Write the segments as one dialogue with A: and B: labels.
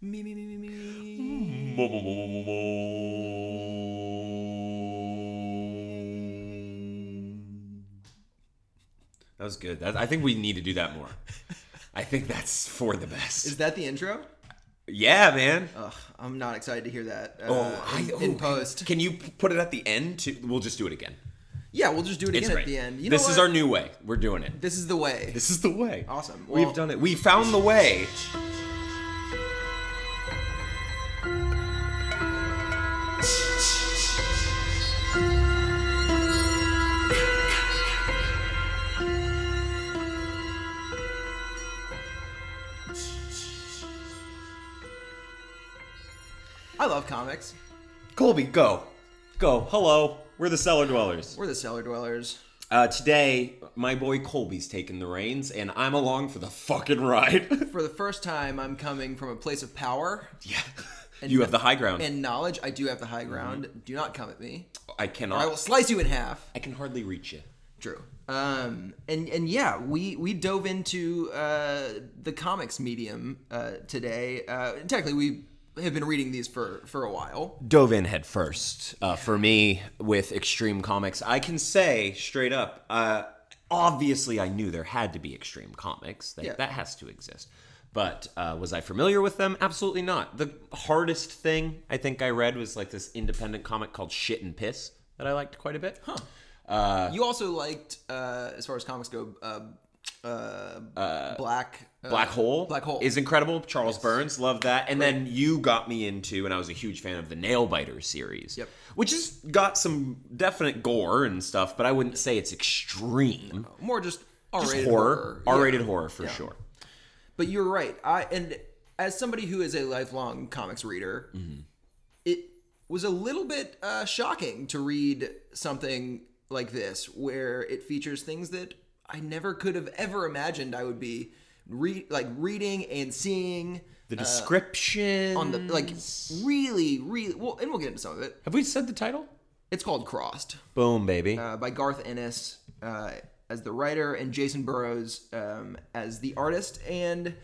A: Me, me, me, me, me.
B: That was good. That, I think we need to do that more. I think that's for the best.
A: Is that the intro?
B: yeah, man.
A: Ugh, I'm not excited to hear that. Uh,
B: oh, I,
A: in,
B: oh,
A: in
B: can-
A: post.
B: Can you p- put it at the end? To, we'll just do it again.
A: Yeah, we'll just do it
B: It's
A: again
B: great.
A: at the end. You know
B: this is
A: what?
B: our new way. We're doing it.
A: This is the way.
B: This is the way.
A: Awesome. Well-
B: We've done it. We found the way.
A: I love comics.
B: Colby, go. Go. Hello. We're the cellar dwellers.
A: We're the cellar dwellers.
B: Uh, today, my boy Colby's taking the reins, and I'm along for the fucking ride.
A: For the first time, I'm coming from a place of power
B: yeah. you have the high ground.
A: and knowledge. I do have the high ground.
B: Mm-hmm.
A: Do not come at me.
B: I
A: I
B: cannot.
A: will slice you in half.
B: I can hardly reach you.
A: True. Um, and and yeah, we we dove into uh, the comics medium uh, today. Uh, technically, we have been reading these for for a while.
B: Dove in head first uh, for me with Extreme Comics. I can say straight up, uh, obviously, I knew there had to be Extreme Comics. That,
A: Yeah.
B: that has to exist. But uh, was I familiar with them? Absolutely not. The hardest thing I think I read was like this independent comic called Shit and Piss that I liked quite a bit. Huh.
A: you also liked, uh, as far as comics go, uh, uh, Black uh,
B: Black Hole.
A: Black Hole
B: is incredible. Charles Burns, love that. And then you got me into, and I was a huge fan of the Nailbiter series.
A: Yep.
B: Which has got some definite gore and stuff, but I wouldn't say it's extreme.
A: more just R-rated
B: horror,
A: Yeah. Uh,
B: R-rated horror for sure.
A: But you're right. I and as somebody who is a lifelong comics reader,
B: Mm-hmm.
A: it was a little bit uh, shocking to read something like this, where it features things that I never could have ever imagined I would be re- like reading and seeing
B: The description
A: on the like really, really well. And we'll get into some of it.
B: Have we said the title?
A: It's called Crossed
B: Boom, baby.
A: uh, by Garth Ennis uh, as the writer and Jason Burrows um, as the artist and.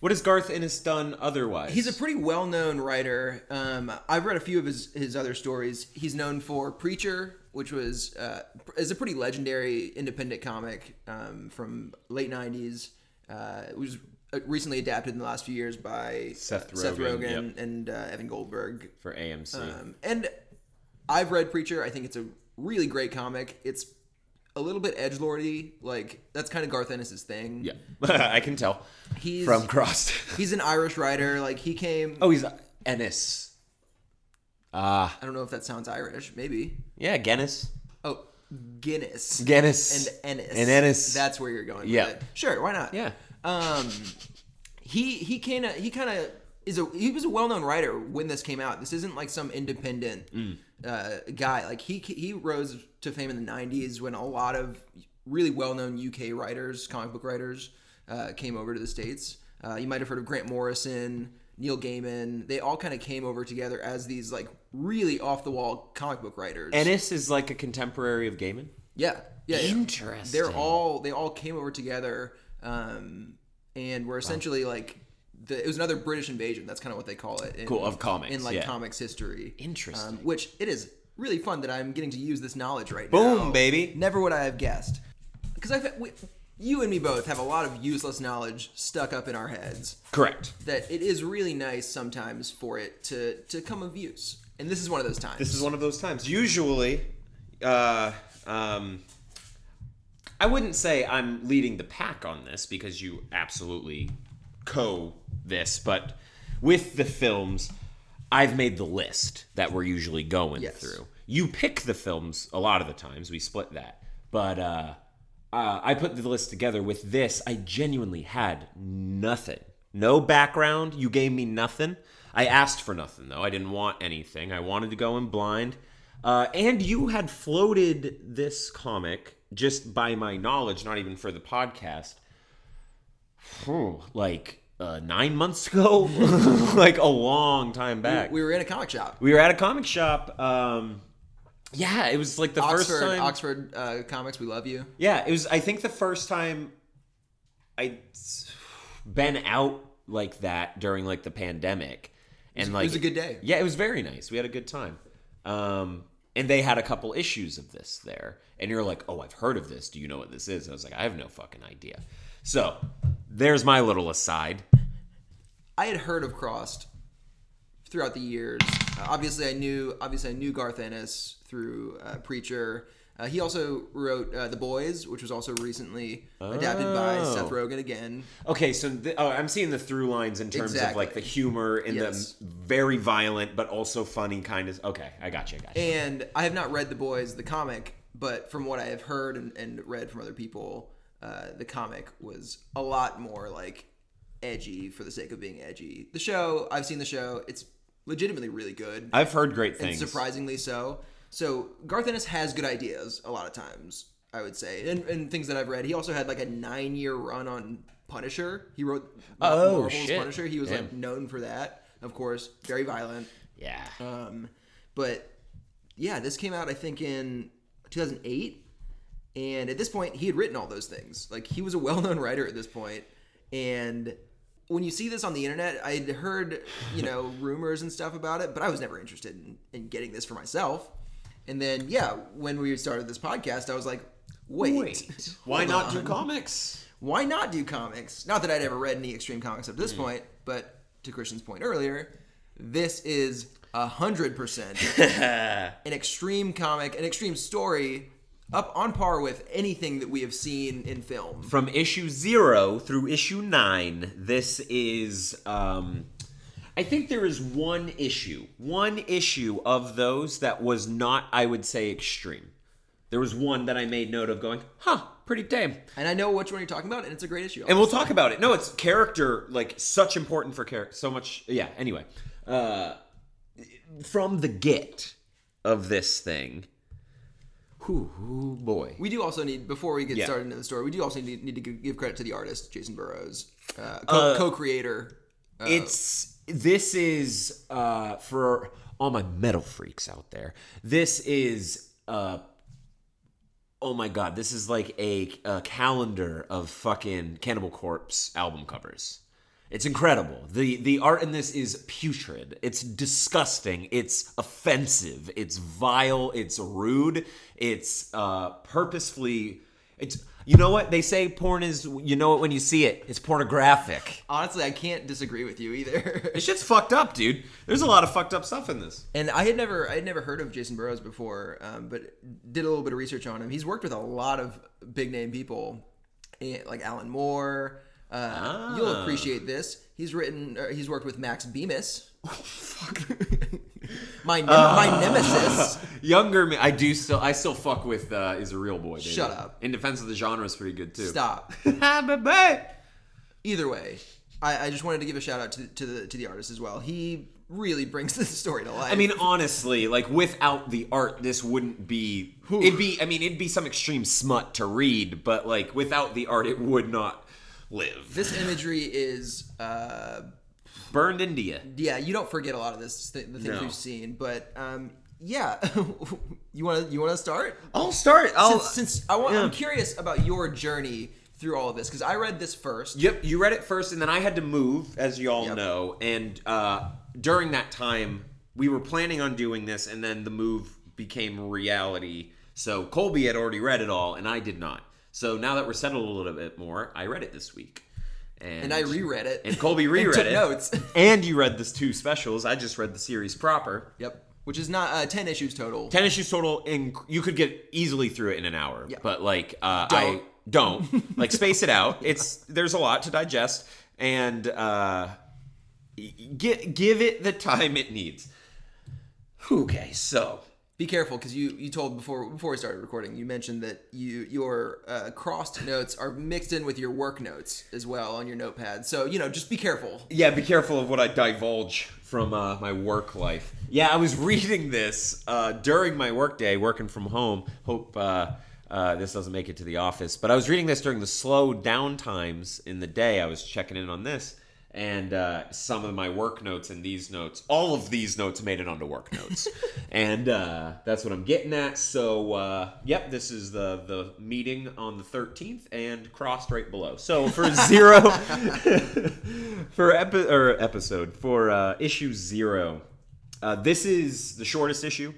B: what has Garth Ennis done otherwise?
A: He's a pretty well-known writer. Um, I've read a few of his, his other stories. He's known for Preacher, which was uh, is a pretty legendary independent comic um, from late '90s. Uh, it was recently adapted in the last few years by
B: Seth
A: Seth
B: Rogen,
A: Rogen and uh, Evan Goldberg.
B: for AMC.
A: Um, and I've read Preacher. I think it's a really great comic. It's a little bit edge lordy. Like that's kind of Garth Ennis's thing.
B: yeah. I can tell.
A: he's
B: From Crossed.
A: he's an Irish writer. Like he came.
B: oh, he's Ennis. Ah.
A: I don't know if that sounds Irish. Maybe.
B: yeah, Guinness.
A: Oh, Guinness
B: Guinness.
A: and Ennis.
B: And Ennis.
A: That's where you're going.
B: Yeah.
A: With it. Sure. Why not?
B: Yeah.
A: Um, he he kind of he kind of is a he was a well known writer when this came out. This isn't like some independent uh, guy. Like he he rose to fame in the '90s when a lot of really well known UK writers, comic book writers, uh, came over to the states. Uh, you might have heard of Grant Morrison. Neil Gaiman, they all kind of came over together as these like really off the wall comic book writers.
B: Ennis is like a contemporary of Gaiman.
A: Yeah, yeah. yeah.
B: Interesting.
A: They're all they all came over together, um, and were essentially like the, it was another British invasion. That's kind of what they call it. In,
B: Cool, of comics,
A: in like
B: yeah.
A: comics history.
B: Interesting.
A: Um, which it is really fun that I'm getting to use this knowledge right now.
B: Boom, baby.
A: Never would I have guessed, because I you and me both have a lot of useless knowledge stuck up in our heads.
B: Correct.
A: That it is really nice sometimes for it to to come of use, and this is one of those times.
B: This is one of those times. Usually, uh, um, I wouldn't say I'm leading the pack on this because you absolutely co this, but with the films, I've made the list that we're usually going
A: Yes.
B: through. You pick the films a lot of the times. We split that, but uh, uh, I put the list together with this. I genuinely had nothing, no background. You gave me nothing. I asked for nothing though. I didn't want anything. I wanted to go in blind. Uh, and you had floated this comic just by my knowledge, not even for the podcast, phew, like uh, nine months ago, like a long time back.
A: we were in a comic shop.
B: We were at a comic shop. Um, yeah, it was like the first
A: Oxford,
B: time.
A: Oxford uh, Comics, we love you.
B: Yeah, it was. I think the first time I been out like that during like the pandemic, and like
A: it was a good day.
B: Yeah, it was very nice. We had a good time. Um, and they had a couple issues of this there, and you're like, oh, I've heard of this. Do you know what this is? And I was like, I have no fucking idea. So there's my little aside.
A: I had heard of Crossed throughout the years. Uh, obviously, I knew obviously I knew Garth Ennis through uh, Preacher. Uh, he also wrote uh, The Boys, which was also recently adapted by
B: Oh.
A: Seth Rogen again.
B: Okay, so th- oh, I'm seeing the through lines in terms of like the
A: Exactly.
B: humor and
A: Yes.
B: the very violent but also funny kind of. Okay, I got you. I got you.
A: And I have not read The Boys, the comic, but from what I have heard and, and read from other people, uh, the comic was a lot more like edgy for the sake of being edgy. The show, I've seen the show, it's legitimately really good,
B: I've heard great things.
A: surprisingly so. So Garth Ennis has good ideas a lot of times, I would say, and, and things that I've read. He also had like a nine year run on Punisher. He wrote
B: Oh,
A: Marvel's
B: shit.
A: Punisher. He was like
B: Damn.
A: known for that, of course, very violent.
B: Yeah.
A: Um, but yeah, this came out I think in 2008, and at this point he had written all those things. Like he was a well-known writer at this point, and when you see this on the internet, I had heard you know rumors and stuff about it, but I was never interested in, in getting this for myself. And then yeah, when we started this podcast, I was like, wait,
B: Why
A: hold
B: not do
A: on.
B: comics?
A: Why not do comics? Not that I'd ever read any extreme comics up to
B: Mm-hmm.
A: this point, but to Christian's point earlier, this is a hundred percent an extreme comic, an extreme story, up on par with anything that we have seen in film.
B: From issue zero through issue nine, this is. Um, I think there is one issue, one issue of those that was not, I would say, extreme. There was one that I made note of going, huh, pretty tame.
A: And I know which one you're talking about, and it's a great issue.
B: and we'll talk about it. No, it's character like such important for character. So much, yeah. Anyway, uh, from the get of this thing, whoo whoo, boy,
A: we do also need, before we get
B: Yeah.
A: started into the story, we do also need, need to give credit to the artist, Jason Burrows, uh, co- co-creator. Uh,
B: it's this is uh, for all my metal freaks out there. This is uh, oh my god, this is like a, a calendar of fucking Cannibal Corpse album covers. It's incredible. the The art in this is putrid. It's disgusting. It's offensive. It's vile. It's rude. It's uh, purposefully. It's you know what they say. Porn is you know it when you see it. It's pornographic.
A: honestly, I can't disagree with you either.
B: This shit's fucked up, dude. There's a lot of fucked up stuff in this.
A: And I had never, I had never heard of Jason Burrows before, um, but did a little bit of research on him. He's worked with a lot of big name people, eh, like Alan Moore. Uh,
B: Ah.
A: You'll appreciate this. He's written, er, he's worked with Max Bemis. my ne-
B: Ah.
A: my nemesis.
B: Younger me, I do still, I still fuck with uh, is a real boy. Baby.
A: Shut up.
B: In defense of the genre is pretty good too.
A: Stop.
B: Hi, baby.
A: Either way, I, I just wanted to give a shout out to, to the to the artist as well. He really brings this story to life.
B: I mean, honestly, like without the art, this wouldn't be. It'd be. I mean, it'd be some extreme smut to read, but like without the art, it would not live.
A: this imagery is. Uh,
B: Burned India.
A: yeah, you don't forget a lot of this th- the things
B: No.
A: we've seen, but um, yeah, you want to you want to start
B: I'll start. I'll.
A: since, since I want, I'm
B: Oh, yeah.
A: curious about your journey through all of this because I read this first.
B: Yep, you read it first, and then I had to move, as you all
A: Yep.
B: know. And uh, during that time, we were planning on doing this, and then the move became reality. So Colby had already read it all, and I did not. So now that we're settled a little bit more, I read it this week, and,
A: And I reread it.
B: And Colby reread
A: took
B: it.
A: notes.
B: and you read the two specials. I just read the series proper.
A: Yep, which is not uh, ten issues total.
B: Ten issues total, and you could get easily through it in an hour.
A: Yeah.
B: But like, uh, I
A: Don't.
B: don't like space it out. It's there's a lot to digest, and uh, give give it the time it needs. Okay, so
A: Be careful because you you told before before we started recording. You mentioned that you your uh, crossed notes are mixed in with your work notes as well on your notepad. So you know, just be careful.
B: Yeah, be careful of what I divulge from uh, my work life. Yeah, I was reading this uh, during my work day, working from home. Hope uh, uh, this doesn't make it to the office. But I was reading this during the slow down times in the day. I was checking in on this, and uh, some of my work notes and these notes, all of these notes made it onto work notes, and uh, that's what I'm getting at. So, uh, yep, this is the the meeting on the 13th, and crossed right below. So for zero, for epi- or episode for uh, issue zero, uh, this is the shortest issue.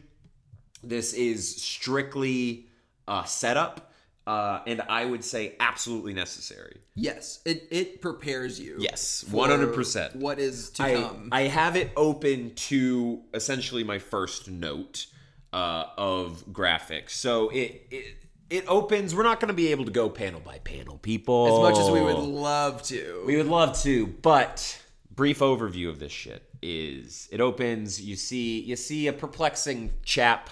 B: This is strictly uh, setup, uh, and I would say absolutely necessary.
A: Yes, it it prepares you.
B: Yes,
A: for
B: 100%.
A: What is to
B: I,
A: come?
B: I have it open to essentially my first note uh, of graphics. So it, it it opens. We're not going to be able to go panel by panel, people.
A: as much as we would love to.
B: Oh. we would love to, but brief overview of this shit is it opens. You see you see a perplexing chap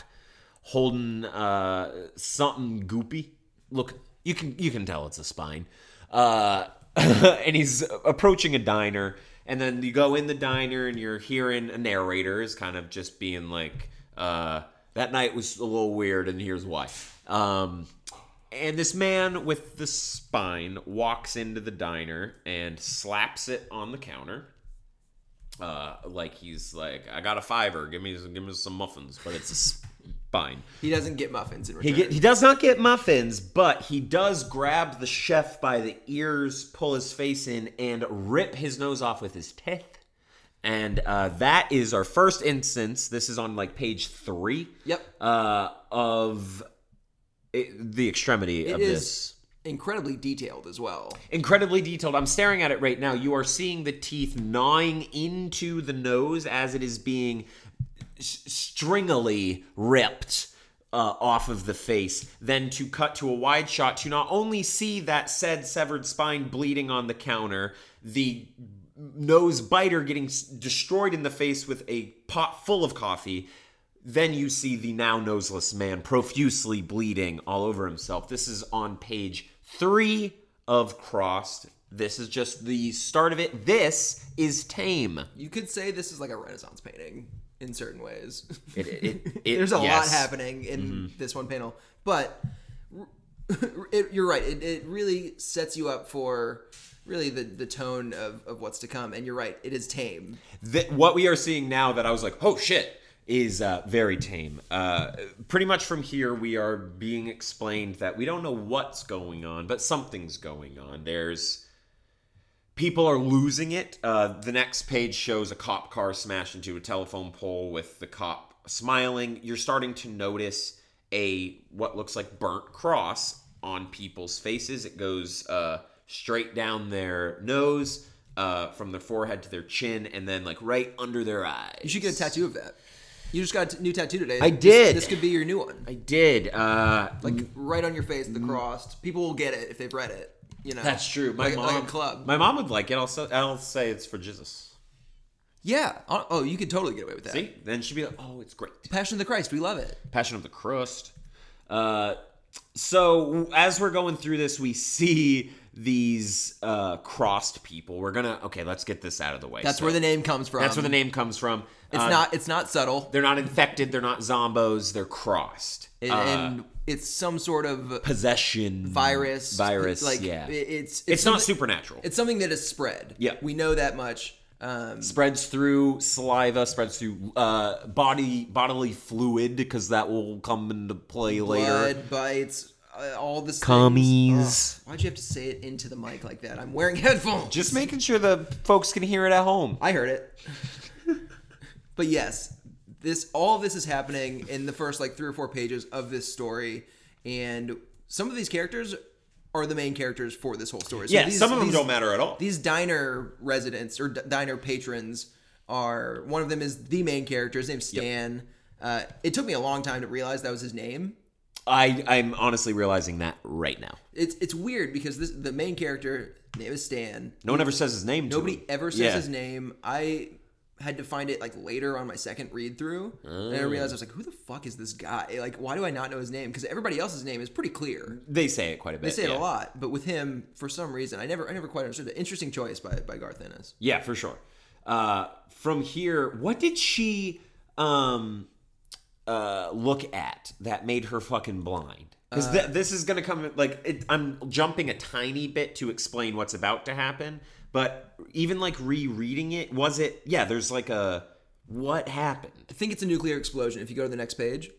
B: holding uh, something goopy. Look, you can you can tell it's a spine. Uh, and he's approaching a diner, and then you go in the diner, and you're hearing a narrator is kind of just being like, uh, "That night was a little weird, and here's why." Um, and this man with the spine walks into the diner and slaps it on the counter. Uh, like he's like, I got a fiver. Give me, give me some muffins. But it's a spine.
A: he doesn't get muffins in return.
B: He, get, he does not get muffins, but he does grab the chef by the ears, pull his face in, and rip his nose off with his teeth. And uh, that is our first instance. This is on like page three.
A: Yep.
B: Uh, of it, the extremity of
A: It is
B: this.
A: incredibly detailed as well.
B: Incredibly detailed. I'm staring at it right now. You are seeing the teeth gnawing into the nose as it is being s- stringily ripped uh, off of the face, then to cut to a wide shot to not only see that said severed spine bleeding on the counter, the nose biter getting s- destroyed in the face with a pot full of coffee. Then you see the now noseless man profusely bleeding all over himself. This is on page three of Crossed. This is just the start of it. This is tame.
A: You could say this is like a Renaissance painting in certain ways.
B: It- it- it-
A: There's a lot
B: yes. Mm-hmm.
A: happening in this one panel, but it, you're right. It, it really sets you up for really the, the tone of, of what's to come. And you're right. It is tame.
B: th- what we are seeing now that I was like, oh shit, is uh, very tame. Uh, pretty much from here, we are being explained that we don't know what's going on, but something's going on. There's people are losing it. Uh, the next page shows a cop car smash into a telephone pole with the cop smiling. You're starting to notice a what looks like burnt cross on people's faces. It goes uh, straight down their nose, uh, from their forehead to their chin, and then like right under their eyes.
A: You should get a tattoo of that. You just got a t- new tattoo today.
B: I
A: This-
B: did.
A: This, could be your new one.
B: I did. Uh,
A: Like right on your face, the cross. People will get it if they've read it. You know.
B: that's true. My
A: like,
B: mom.
A: like a club.
B: My mom would like it. I'll, s- I'll say it's for Jesus.
A: yeah. Oh, oh, you could totally get away with that.
B: See, then she'd be like, "Oh, it's great."
A: Passion of the Christ. We love it.
B: Passion of the Crust. Uh, so as we're going through this, we see these uh, crossed people. We're gonna okay. Let's get this out of the way.
A: That's
B: So
A: where the name comes from.
B: that's where the name comes from. Uh,
A: It's not. It's not subtle,
B: They're not infected. They're not zombos. They're crossed.
A: and,
B: Uh,
A: and it's some sort of
B: possession
A: virus.
B: Virus.
A: Like
B: yeah.
A: it- it's, it's
B: it's not
A: something-
B: supernatural. It
A: It's something that is spread.
B: Yeah.
A: we know that much. Um,
B: spreads through saliva. Spreads through uh, body bodily fluid because that will come into play later.
A: blood bites. Uh, all this. Oh,
B: Cummies.
A: Why'd you have to say it into the mic like that? I'm wearing headphones.
B: Just making sure the folks can hear it at home.
A: I heard it. but yes, this all of this is happening in the first like three or four pages of this story, and some of these characters are the main characters for this whole story. So
B: Yeah,
A: these-
B: some of them
A: these-
B: don't matter at all.
A: These diner residents or d- diner patrons are one of them is the main character. His name's Stan. Uh, it took me a long time to realize that was his name.
B: I I'm honestly realizing that right now.
A: It's it's weird because this the main character name is Stan.
B: No one ever says his name. to
A: Nobody
B: him.
A: ever says
B: Yeah.
A: his name. I had to find it like later on my second read through, and I realized I was like, "Who the fuck is this guy? Like, why do I not know his name?" Because everybody else's name is pretty clear.
B: They say it quite a bit.
A: They say
B: yeah.
A: it a lot, but with him, for some reason, I never, I never quite understood. It. Interesting choice by by Garth Ennis.
B: Yeah, for sure. Uh, from here, what did she um uh look at that made her fucking blind? Because this is gonna come like it, I'm jumping a tiny bit to explain what's about to happen, But even like rereading it, was it? Yeah, there's like a what happened?
A: I think it's a nuclear explosion. If you go to the next page,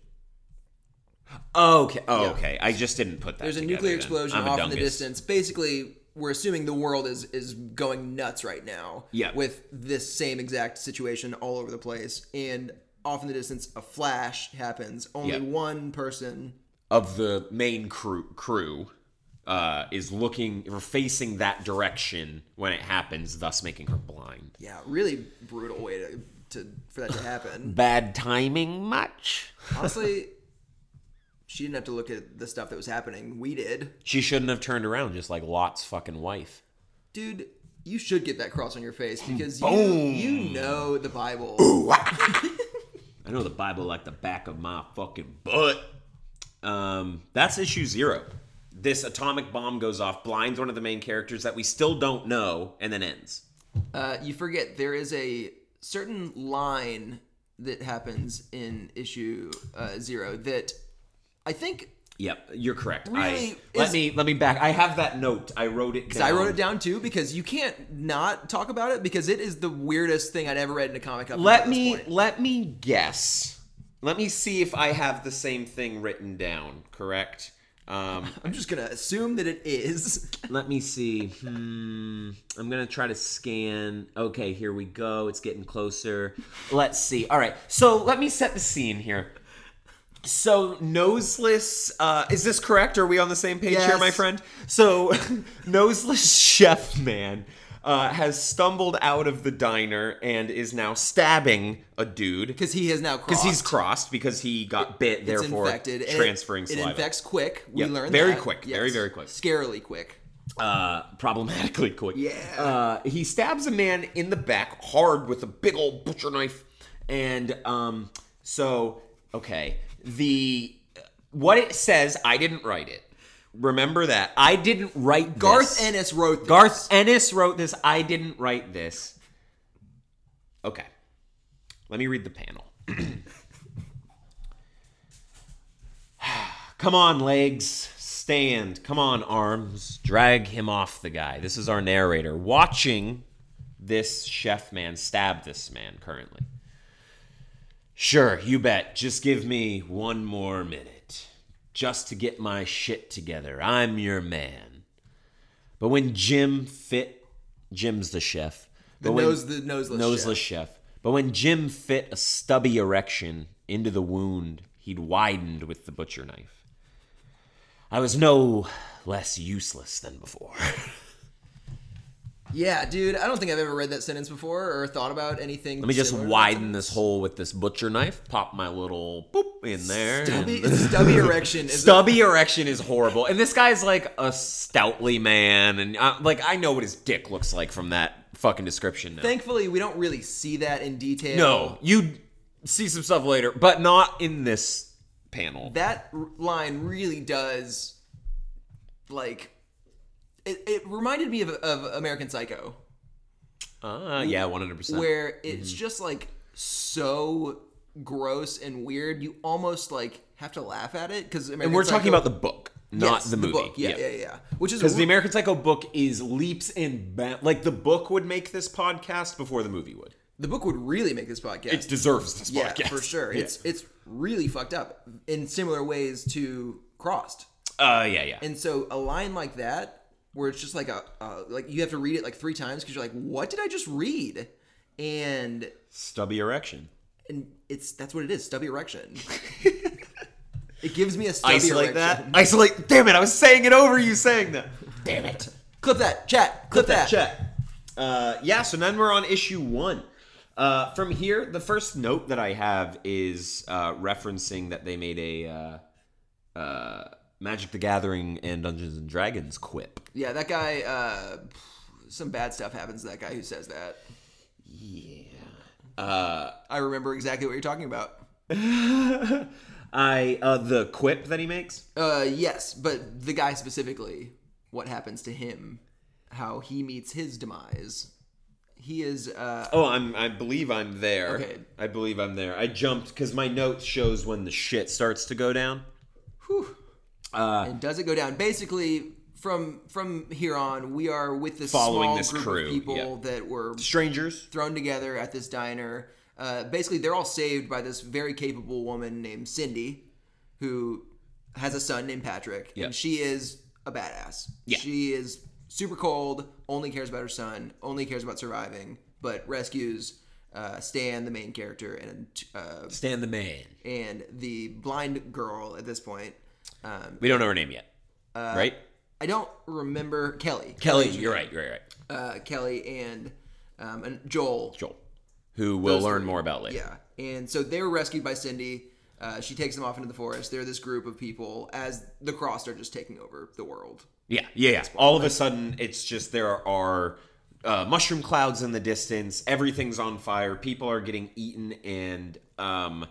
B: Okay, oh, okay. I just didn't put that.
A: there's a
B: together
A: nuclear
B: then.
A: explosion
B: I'm a
A: off in the
B: dungus.
A: distance. Basically, we're assuming the world is is going nuts right now.
B: Yeah.
A: With this same exact situation all over the place, and off in the distance, a flash happens. Only
B: Yeah.
A: one person.
B: of the main crew crew uh, is looking or facing that direction when it happens, thus making her blind.
A: Yeah, really brutal way to, to for that to happen.
B: Bad timing, much?
A: Honestly, she didn't have to look at the stuff that was happening. We did,
B: She shouldn't have turned around, just like Lot's fucking wife.
A: dude. You should get that cross on your face because you
B: Boom.
A: you know the Bible.
B: I know the Bible like the back of my fucking butt. Um, that's issue zero. This atomic bomb goes off, blinds one of the main characters that we still don't know, and then ends.
A: Uh, you forget there is a certain line that happens in issue uh, zero that I think
B: Yep, you're correct.
A: Really
B: I, let
A: is-
B: me let me back. I have that note. I wrote it. Down.
A: I wrote it down too because you can't not talk about it because it is the weirdest thing I'd ever read in a comic. Up until
B: Let
A: this
B: me
A: point.
B: let me guess. Let me see if I have the same thing written down. Correct. Um,
A: I'm just gonna assume that it is.
B: let me see. Hmm. I'm gonna try to scan. Okay, here we go. It's getting closer. Let's see. All right. So let me set the scene here. So noseless. Uh, is this correct? Are we on the same page here, my
A: Yes.
B: friend? So noseless chef man. Uh, has stumbled out of the diner and is now stabbing a dude
A: Because he has now
B: because
A: crossed.
B: he's crossed because he got bit,
A: it's
B: therefore
A: infected. and it-
B: transferring
A: it,
B: saliva.
A: infects quick. We
B: Yep,
A: learned
B: very
A: that.
B: quick, very, very quick.
A: Scarily quick.
B: uh, problematically quick.
A: Yeah.
B: Uh, he stabs a man in the back hard with a big old butcher knife, and um, so okay, the what it says, I didn't write it. Remember that I didn't write
A: Garth
B: this.
A: Ennis wrote this.
B: Garth Ennis wrote this. I didn't write this. Okay. Let me read the panel. Come on, legs. Stand. Come on, arms. Drag him off the guy. This is our narrator watching this chef man stab this man currently. Sure, you bet. Just give me one more minute. Just to get my shit together. I'm your man. But when Jim fit, Jim's the chef.
A: The
B: But when-
A: nose, the noseless.
B: noseless
A: chef.
B: chef. But when Jim fit a stubby erection into the wound, he'd widened with the butcher knife. I was no less useless than before.
A: Yeah, dude. I don't think I've ever read that sentence before or thought about anything.
B: Let me just widen this hole with this butcher knife, pop my little boop in there.
A: Stubby,
B: and-
A: stubby erection is
B: Stubby erection is horrible, and this guy's like a stoutly man, and I, like I know what his dick looks like from that fucking description. Now.
A: Thankfully, we don't really see that in detail.
B: no, you see some stuff later, but not in this panel.
A: that r- line really does, like, it, it reminded me of, of American Psycho,
B: Uh, yeah, one hundred percent.
A: where it's
B: Mm-hmm.
A: just like so gross and weird. You almost like have to laugh at it because
B: And we're talking about the book, not the movie.
A: book. Yeah, yeah, yeah, Which is
B: Because the
A: re-
B: American Psycho book is leaps and bounds. Like the book would make this podcast before the movie would.
A: the book would really make this podcast.
B: It deserves this
A: yeah,
B: podcast
A: for sure.
B: Yeah.
A: It's it's really fucked up in similar ways to Crossed.
B: uh, yeah, yeah.
A: And so a line like that, where it's just like a, a like you have to read it like three times because you're like, what did I just read? And
B: Stubby erection.
A: and it's that's what it is, stubby erection. it gives me a stubby
B: Isolate
A: erection.
B: that. Isolate. Damn it! I was saying it over you saying that. Damn it.
A: Clip that, chat. Clip, that.
B: check. Uh, yeah, so then we're on issue one. Uh, from here, the first note that I have is uh, referencing that they made a uh, uh, Magic the Gathering and Dungeons and Dragons quip.
A: Yeah, that guy. uh Some bad stuff happens to that guy who says that.
B: Yeah. Uh,
A: I remember exactly what you're talking about.
B: I uh, the quip that he makes.
A: Uh, yes, but the guy specifically, what happens to him, how he meets his demise. He is uh,
B: Oh, I'm. I believe I'm there.
A: Okay.
B: I believe I'm there. I jumped because my note shows when the shit starts to go down. Ah.
A: and does it go down? Basically, from from here on, we are with this
B: Following
A: small
B: this
A: group
B: crew,
A: of people
B: yeah.
A: that were
B: Strangers.
A: thrown together at this diner. Uh, basically, they're all saved by this very capable woman named Cindy, who has a son named Patrick,
B: Yeah.
A: and she is a badass.
B: Yeah.
A: She is super cold, only cares about her son, only cares about surviving, but rescues uh, Stan, the main character, and uh,
B: Stand the man.
A: and the blind girl at this point. Um,
B: We don't know her name yet. right?
A: I don't remember Uh, Kelly.
B: Kelly. You're right. You're right. right.
A: Uh, Kelly and um, and Joel.
B: Joel, who we'll
A: Those
B: learn
A: three.
B: more about later.
A: Yeah, and so they're rescued by Cindy. Uh, she takes them off into the forest. They're this group of people as the Crossed are just taking over the world.
B: Yeah, yeah, yeah. All of a sudden, it's just there are uh, mushroom clouds in the distance. Everything's on fire. People are getting eaten, and um,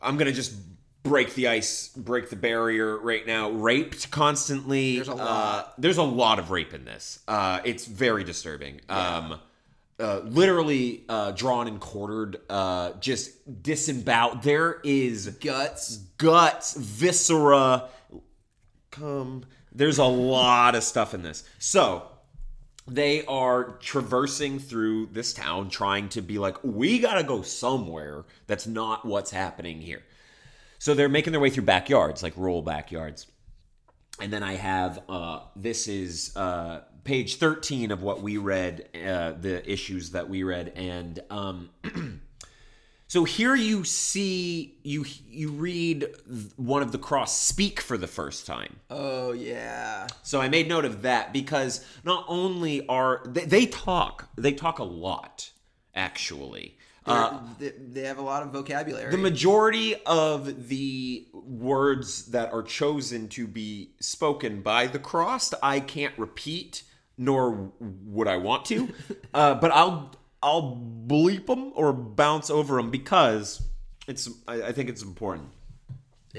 B: I'm gonna just break the ice, break the barrier right now. Raped constantly.
A: There's a
B: Uh,
A: lot.
B: there's a lot of rape in this. Uh, it's very disturbing. Um, uh, literally uh, drawn and quartered, uh, just disemboweled. There is
A: Guts.
B: guts, viscera, come. There's a lot of stuff in this. So they are traversing through this town trying to be like, we gotta go somewhere that's not what's happening here. So they're making their way through backyards, like rural backyards. And then I have uh, this is uh, page 13 of what we read, uh, the issues that we read. And um, so here you see you you read th- one of the cross speak for the first time.
A: Oh yeah.
B: So I made note of that because not only are they, they talk, they talk a lot actually. Uh,
A: They're- they, they have a lot of vocabulary.
B: the majority of the words that are chosen to be spoken by the crossed, I can't repeat, nor would I want to. uh, but I'll I'll bleep them or bounce over them because it's I, I think it's important.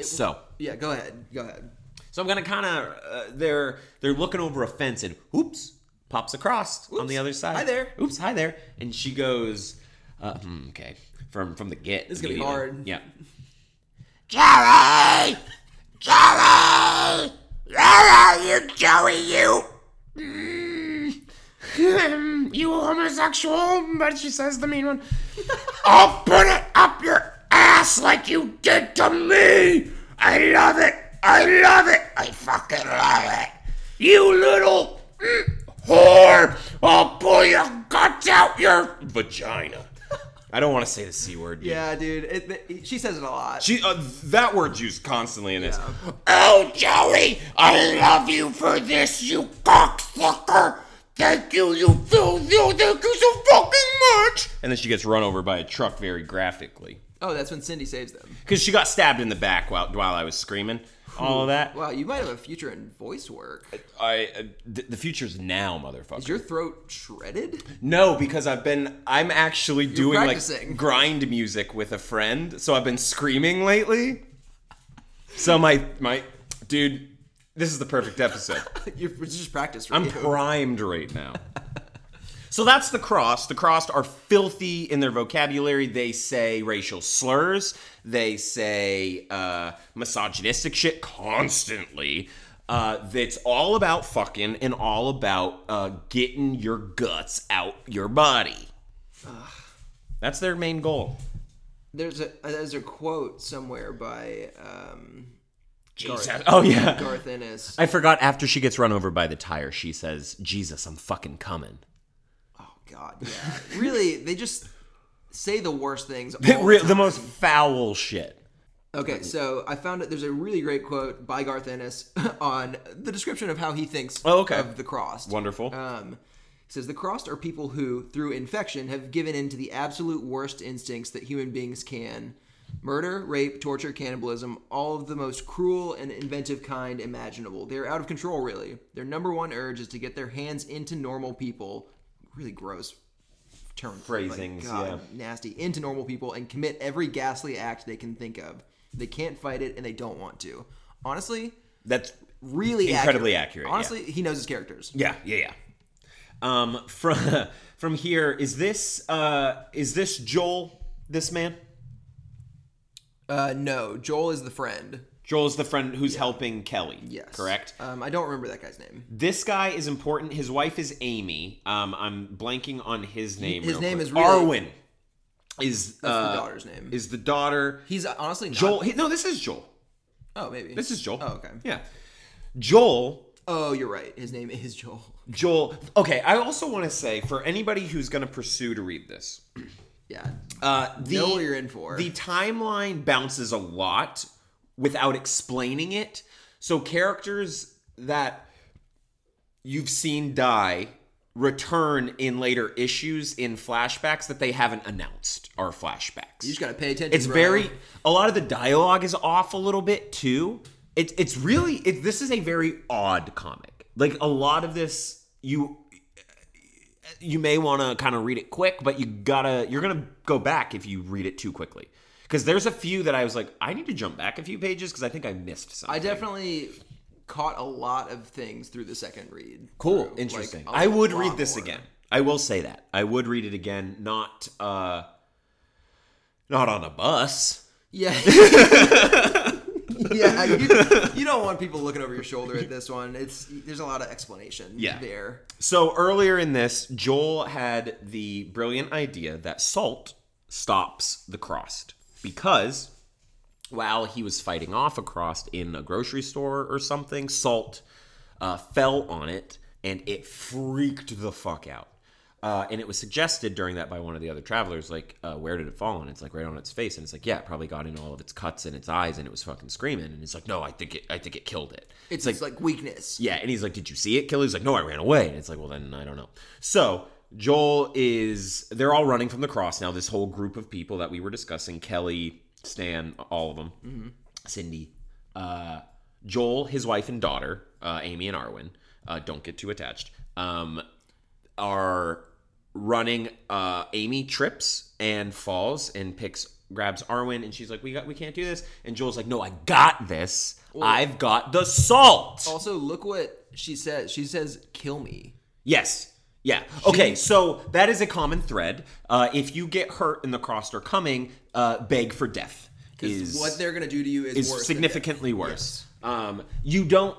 B: so
A: yeah. Go ahead. Go ahead.
B: so I'm gonna kind of uh, they're they're looking over a fence and oops pops across on the other side.
A: Hi there.
B: Oops. Hi there. And she goes, uh, hmm, okay, from from the get. This
A: is gonna be hard.
B: Yeah. Jerry, Jerry, where are you, Joey? You. Mm. you homosexual, but she says the mean one. I'll put it up your ass like you did to me. I love it. I love it. I fucking love it. You little mm, whore. I'll pull your guts out your vagina. I don't want to say the c word. dude.
A: Yeah, dude. It, it- she says it a lot.
B: She, uh, that word's used constantly in this. Oh, Joey, I love you for this, you cocksucker. Thank you, you filthy. oh, Thank you so fucking much. And then she gets run over by a truck very graphically
A: oh, that's when Cindy saves them.
B: because she got stabbed in the back while while I was screaming. All of that.
A: Wow, you might have a future in voice work.
B: I uh, th- the future's now, motherfucker.
A: Is your throat shredded?
B: No, because I've been I'm actually doing
A: practicing.
B: like grind music with a friend, so I've been screaming lately. So my my dude, this is the perfect episode.
A: You're it's just practice.
B: I'm primed right now. So that's the cross. The crossed are filthy in their vocabulary. They say racial slurs. They say uh, misogynistic shit constantly. Uh, it's all about fucking and all about uh, getting your guts out your body. That's their main goal.
A: There's a there's a quote somewhere by um,
B: Jesus. Oh yeah.
A: Garth Ennis.
B: I forgot. After she gets run over by the tire, she says, "Jesus, I'm fucking coming."
A: Oh God, yeah. really, they just say the worst things.
B: The,
A: all
B: real-
A: the
B: the most foul shit.
A: time. okay, so I found that there's a really great quote by Garth Ennis on the description of how he thinks
B: Oh, okay.
A: of the crossed.
B: Wonderful.
A: Um, he says the crossed are people who, through infection, have given in to the absolute worst instincts that human beings can. Murder, rape, torture, cannibalism, all of the most cruel and inventive kind imaginable. They're out of control, really. Their number one urge is to get their hands into normal people. Really gross term.
B: Phrasings,
A: Nasty. Into normal people and commit every ghastly act they can think of. They can't fight it and they don't want to. Honestly,
B: That's
A: really
B: Incredibly accurate, yeah.
A: Honestly, he knows his characters.
B: yeah, yeah, yeah. Um, from from here is this uh is this Joel this man?
A: Uh, no, Joel is the friend.
B: Joel's the friend who's helping Kelly.
A: Yes.
B: Correct?
A: Um, I don't remember that guy's name.
B: This guy is important. His wife is Amy. Um, I'm blanking on his name.
A: his
B: real
A: name
B: quick.
A: is really-
B: Arwen. Is
A: That's
B: uh,
A: the daughter's name.
B: is the daughter
A: He's honestly not.
B: Joel? he- no, this is Joel.
A: Oh, maybe.
B: This is Joel.
A: Oh, okay.
B: Yeah, Joel.
A: Oh, you're right. His name is Joel.
B: Joel. Okay, I also want to say for anybody who's going to pursue to read this,
A: Yeah.
B: uh, the
A: know what you're in for.
B: The timeline bounces a lot without explaining it. So characters that you've seen die return in later issues in flashbacks that they haven't announced are flashbacks.
A: you just gotta pay attention.
B: it's
A: bro.
B: very a lot of the dialogue is off a little bit too. It's it's really it, this is a very odd comic. Like a lot of this you you may want to kind of read it quick, but you gotta you're gonna go back if you read it too quickly. Because there's a few that I was like, I need to jump back a few pages because I think I missed something.
A: I definitely caught a lot of things through the second read.
B: cool,
A: through, like,
B: interesting.
A: a
B: I would
A: lot
B: read this
A: more.
B: again. I will say that I would read it again. Not uh, not on a bus.
A: Yeah. yeah. You, you don't want people looking over your shoulder at this one. It's there's a lot of explanation
B: Yeah.
A: there.
B: So earlier in this, Joel had the brilliant idea that salt stops the crossed because while he was fighting off a crossed in a grocery store or something, salt uh, fell on it and it freaked the fuck out. Uh, and it was suggested during that by one of the other travelers, like, uh, where did it fall on? It's like right on its face, and it's like, yeah, it probably got in all of its cuts and its eyes, and it was fucking screaming. And it's like, no, I think it, I think it killed it.
A: It's, it's like, weakness.
B: Yeah, and he's like, "Did you see it, Killer?" He's like, "No, I ran away." And it's like, "Well, then I don't know." So Joel is—they're all running from the cross now. This whole group of people that we were discussing: Kelly, Stan, all of them, Cindy, uh, Joel, his wife and daughter, uh, Amy and Arwen. Uh, don't get too attached. Um, are running uh Amy trips and falls and picks grabs Arwen and she's like we got we can't do this and Joel's like no I got this I've got the salt
A: Also, look what she says. She says, "Kill me."
B: Yes. Yeah. Okay. So that is a common thread. Uh, if you get hurt in the crossed or coming, uh, beg for death is
A: what they're gonna do to you is,
B: is
A: worse than death.
B: significantly worse. Um, you don't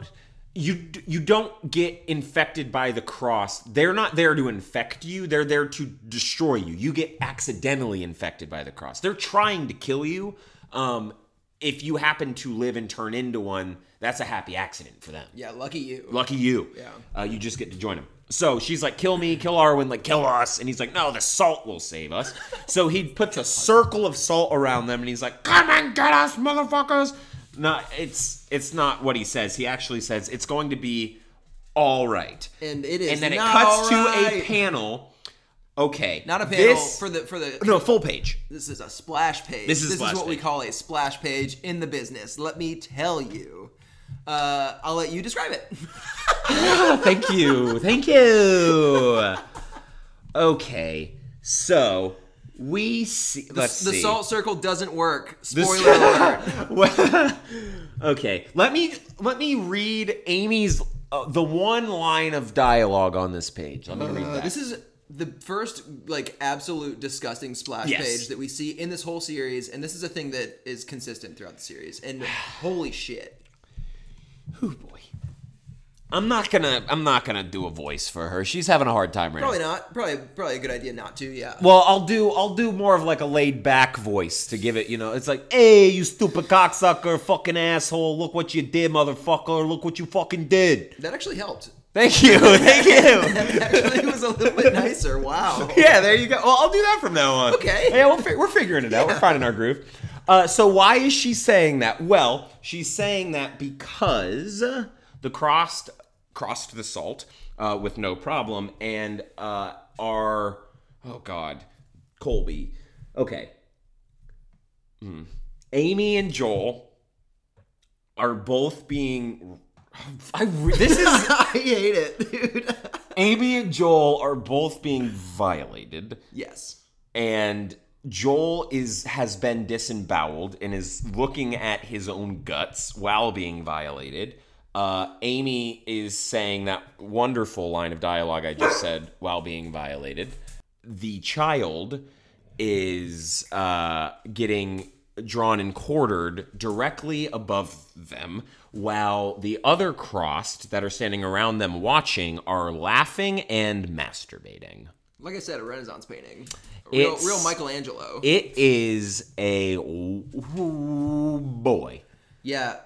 B: you d- you don't get infected by the cross. They're not there to infect you. They're there to destroy you. You get accidentally infected by the cross. They're trying to kill you. Um, if you happen to live and turn into one, that's a happy accident for them.
A: Yeah, lucky you.
B: Lucky you.
A: Yeah.
B: Uh, you just get to join him. So she's like, kill me, kill Arwen, like, kill us. And he's like, no, the salt will save us. So he puts a circle of salt around them and he's like, come and get us, motherfuckers. No, it's it's not what he says. He actually says it's going to be all right.
A: and it is.
B: And then it
A: not
B: cuts to a
A: alright.
B: panel. Okay.
A: Not a panel
B: This,
A: for the for the.
B: no, full page.
A: This is a splash page.
B: This is
A: this is
B: splash
A: what we
B: page.
A: call a splash page in the business. Let me tell you. Uh, I'll let you describe it.
B: Oh, Thank you. Thank you. Okay. So we see. let's
A: the
B: see.
A: salt circle doesn't work. Spoiler alert.
B: Well, okay, let me let me read Amy's uh, the one line of dialogue on this page. Let me read
A: Uh,
B: that.
A: this is the first like absolute disgusting splash
B: Yes.
A: page that we see in this whole series, and this is a thing that is consistent throughout the series. And holy shit,
B: oh boy, I'm not gonna I'm not gonna do a voice for her. She's having a hard time right
A: probably
B: now.
A: not. Probably probably a good idea not to. Yeah.
B: Well, I'll do I'll do more of like a laid back voice to give it. You know, it's like, hey, you stupid cocksucker, fucking asshole! Look what you did, motherfucker! Look what you fucking did!
A: That actually helped.
B: Thank you, thank you.
A: That actually was a little bit nicer. Wow.
B: Yeah, there you go. Well, I'll do that from now on.
A: Okay.
B: Yeah, we'll fi- we're figuring it out. We're finding our groove. Uh, so why is she saying that? Well, she's saying that because the crossed crossed the salt uh, with no problem, and uh, our oh god, Colby. Okay. Hmm. Amy and Joel are both being. I re- this is
A: I hate it, dude.
B: Amy and Joel are both being violated
A: yes.
B: and Joel is has been disemboweled and is looking at his own guts while being violated. Uh, Amy is saying that wonderful line of dialogue I just said while being violated. The child is uh, getting drawn and quartered directly above them, while the other crossed that are standing around them watching are laughing and masturbating.
A: Like I said, a Renaissance painting. A real,
B: It's-
A: real Michelangelo.
B: It is a ooh, boy.
A: yeah.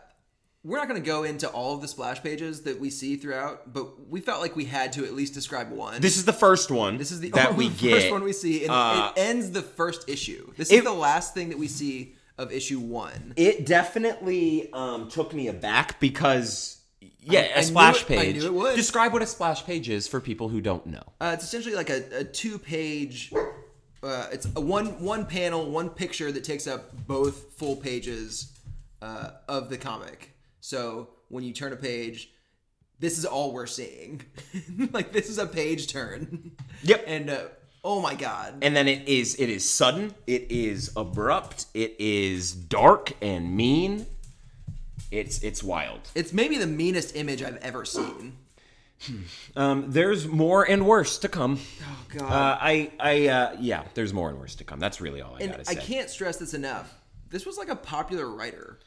A: We're not going to go into all of the splash pages that we see throughout, but we felt like we had to at least describe one.
B: This is the first one.
A: This is the
B: that
A: only
B: we
A: first
B: get.
A: one we see, and
B: Uh,
A: it ends the first issue. This is
B: it-
A: the last thing that we see of issue one.
B: It definitely um, took me aback because yeah,
A: I
B: a splash
A: knew it- I
B: page.
A: knew it would.
B: Describe what a splash page is for people who don't know.
A: Uh, it's essentially like a, a two-page. Uh, it's a one one panel, one picture that takes up both full pages uh, of the comic. So when you turn a page, this is all we're seeing. like this is a page turn.
B: Yep.
A: And uh, oh my god,
B: And then it is it is sudden, it is abrupt, it is dark and mean. It's it's wild.
A: it's maybe the meanest image I've ever seen.
B: Um, there's more and worse to come.
A: Oh god.
B: Uh, I I uh, yeah, there's more and worse to come. That's really all I
A: And
B: gotta
A: I
B: say.
A: can't stress this enough. This was like a popular writer.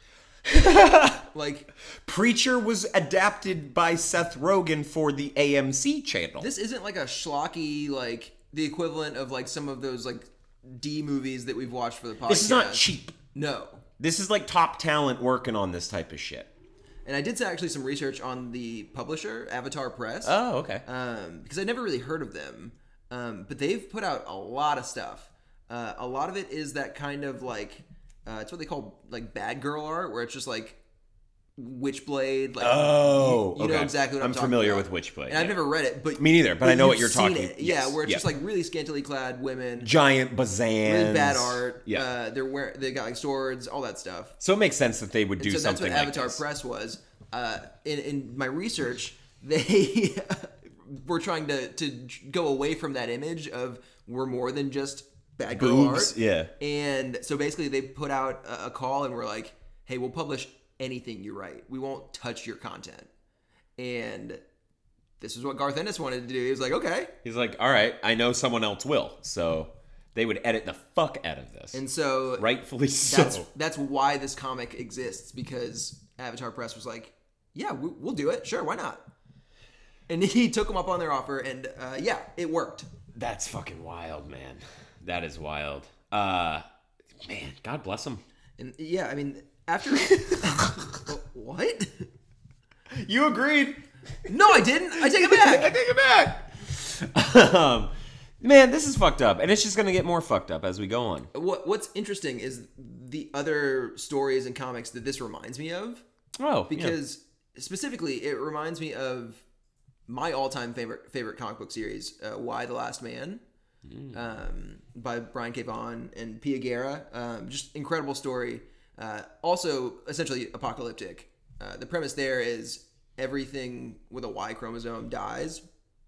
A: like
B: Preacher was adapted by Seth Rogen for the AMC channel.
A: this isn't like a schlocky like the equivalent of like some of those like D movies that we've watched for the podcast.
B: this is not cheap.
A: No.
B: This is like top talent working on this type of shit.
A: And I did some- actually some research on the publisher, Avatar Press,
B: Oh, okay.
A: um, because I never really heard of them. Um, but they've put out a lot of stuff. Uh, a lot of it is that kind of like uh, it's what they call like bad girl art, where it's just like Witchblade, like
B: oh,
A: you know exactly what I'm talking
B: familiar
A: about.
B: with Witchblade.
A: and I've
B: yeah.
A: never read it, but
B: Me neither, but I know what
A: you've
B: you're
A: seen
B: talking-
A: it. Yeah,
B: yes,
A: where it's
B: yeah.
A: just like really scantily clad women,
B: giant bazans.
A: really bad art.
B: Yeah.
A: uh, they're wear they got like swords, all that stuff.
B: so it makes sense that they would do
A: so that's what
B: something like
A: Avatar
B: this.
A: Press was. Uh, in in my research, they were trying to to go away from that image of we're more than just bad girl
B: Boobs,
A: art.
B: yeah.
A: and so basically they put out a, a call and we're like, hey, we'll publish anything you write. We won't touch your content. And this is what Garth Ennis wanted to do. He was like, okay,
B: He's like, all right, I know someone else will, so they would edit the fuck out of this,
A: and so
B: rightfully so.
A: that's that's why this comic exists because Avatar Press was like, yeah, we, we'll do it. Sure, why not? And he took them up on their offer, and uh, yeah, it worked.
B: That's fucking wild, man. That is wild. Uh, man, God bless him.
A: And yeah, I mean, after what?
B: You agreed.
A: No, I didn't. I take it back.
B: take it back. um, man, this is fucked up, and it's just gonna get more fucked up as we go on.
A: What What's interesting is the other stories and comics that this reminds me of,
B: Oh, yeah.
A: because specifically, it reminds me of my all-time favorite favorite comic book series, uh, Why the Last Man. um, by Brian K. Vaughan and Pia Guerra. Um, just incredible story. Uh, also, essentially apocalyptic. Uh, the premise there is everything with a Y chromosome dies,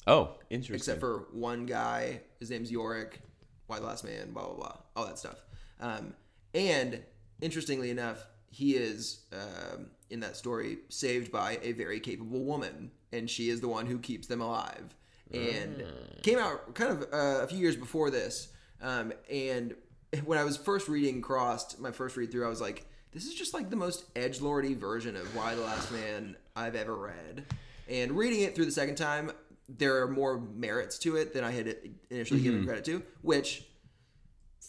B: Oh, interesting.
A: except for one guy. His name's Yorick, Y the Last Man, blah, blah, blah, all that stuff. Um, and interestingly enough, he is, um, in that story, saved by a very capable woman, and she is the one who keeps them alive. And came out kind of uh, a few years before this. Um, and when I was first reading Crossed, my first read through, I was like, this is just like the most edgelordy version of Why the Last Man I've ever read. And reading it through the second time, there are more merits to it than I had initially
B: Mm-hmm.
A: given credit to, which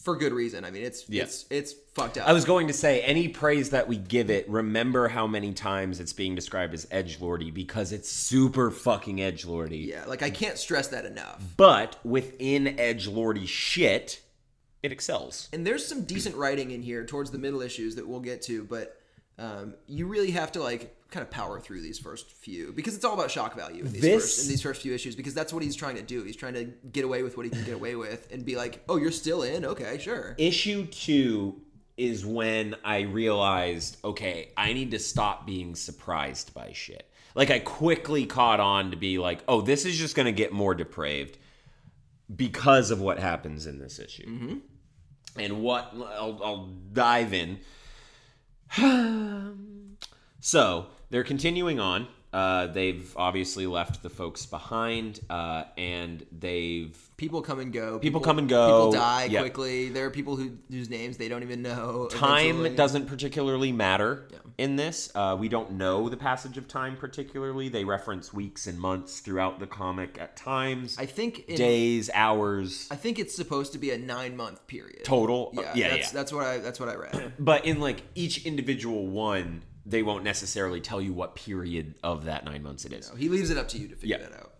A: for good reason. I mean, it's
B: Yeah.
A: it's it's fucked up.
B: I was going to say any praise that we give it. Remember how many times it's being described as edge lordy because it's super fucking edge lordy.
A: yeah, like I can't stress that enough.
B: Mm-hmm. But within edge lordy shit, it excels.
A: and there's some decent writing in here towards the middle issues that we'll get to, but um, you really have to like kind of power through these first few because it's all about shock value in these,
B: This-
A: first, in these first few issues because that's what he's trying to do. He's trying to get away with what he can get away with and be like, oh, you're still in? Okay, sure.
B: Issue two is when I realized, okay, I need to stop being surprised by shit. Like I quickly caught on to be like, oh, this is just gonna get more depraved because of what happens in this issue. And what I'll, I'll dive in. so they're continuing on. Uh, they've obviously left the folks behind, uh, and they've
A: People come and go. People,
B: come and go.
A: People die
B: Yeah.
A: quickly. There are people who whose names they don't even know.
B: time
A: eventually.
B: doesn't particularly matter in this. Uh, we don't know the passage of time particularly. They reference weeks and months throughout the comic at times,
A: I think in,
B: days, hours
A: I think it's supposed to be a nine month period.
B: total. Uh,
A: Yeah,
B: yeah,
A: that's,
B: yeah.
A: that's what I that's what I read.
B: but in like each individual one, they won't necessarily tell you what period of that nine months it is.
A: So he leaves it up to you to figure
B: Yeah.
A: that out.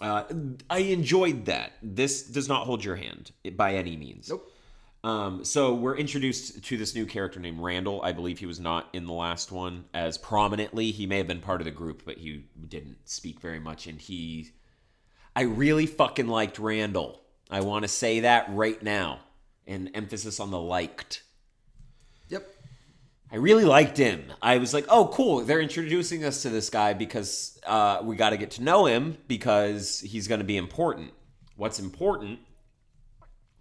B: Uh, I enjoyed that. This does not hold your hand by any means.
A: Nope.
B: Um, so we're introduced to this new character named Randall. I believe he was not in the last one as prominently. He may have been part of the group, but he didn't speak very much. And he, I really fucking liked Randall. I want to say that right now, and emphasis on the liked.
A: Yep.
B: I really liked him. I was like, oh, cool. They're introducing us to this guy because uh, we got to get to know him because he's going to be important. What's important?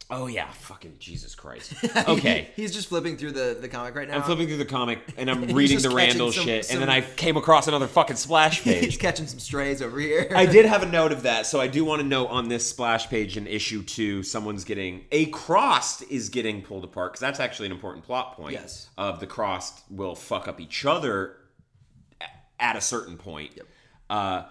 B: Oh, yeah. Fucking Jesus Christ. Okay.
A: He's just flipping through the, the comic right now.
B: I'm flipping through the comic and I'm reading
A: just
B: the
A: catching
B: Randall
A: some-
B: shit,
A: some-
B: and then I came across another fucking splash
A: He's
B: page.
A: catching some strays over here.
B: I did have a note of that, so I do want to note on this splash page in issue two, someone's getting a crossed is getting pulled apart because that's actually an important plot point.
A: Yes.
B: of the crossed will fuck up each other a- at a certain point. Uh,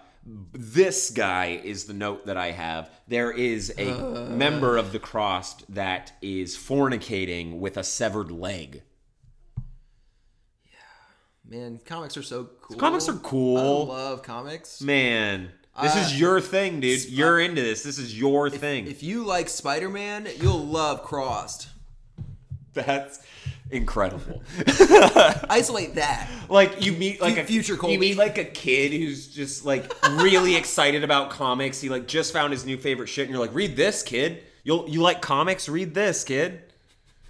B: this guy is the note that I have. There is a member of the crossed that is fornicating with a severed leg.
A: Man, comics are so cool.
B: Comics are cool.
A: I love comics.
B: Man, this is your thing, dude. You're into this. This is your thing.
A: If you like Spider Man, you'll love Crossed.
B: That's incredible.
A: Isolate that.
B: like you meet like
A: Fu-
B: a
A: future Colby.
B: You meet like a kid who's just like really excited about comics. He like just found his new favorite shit, and you're like, read this, kid. You'll you like comics? Read this, kid.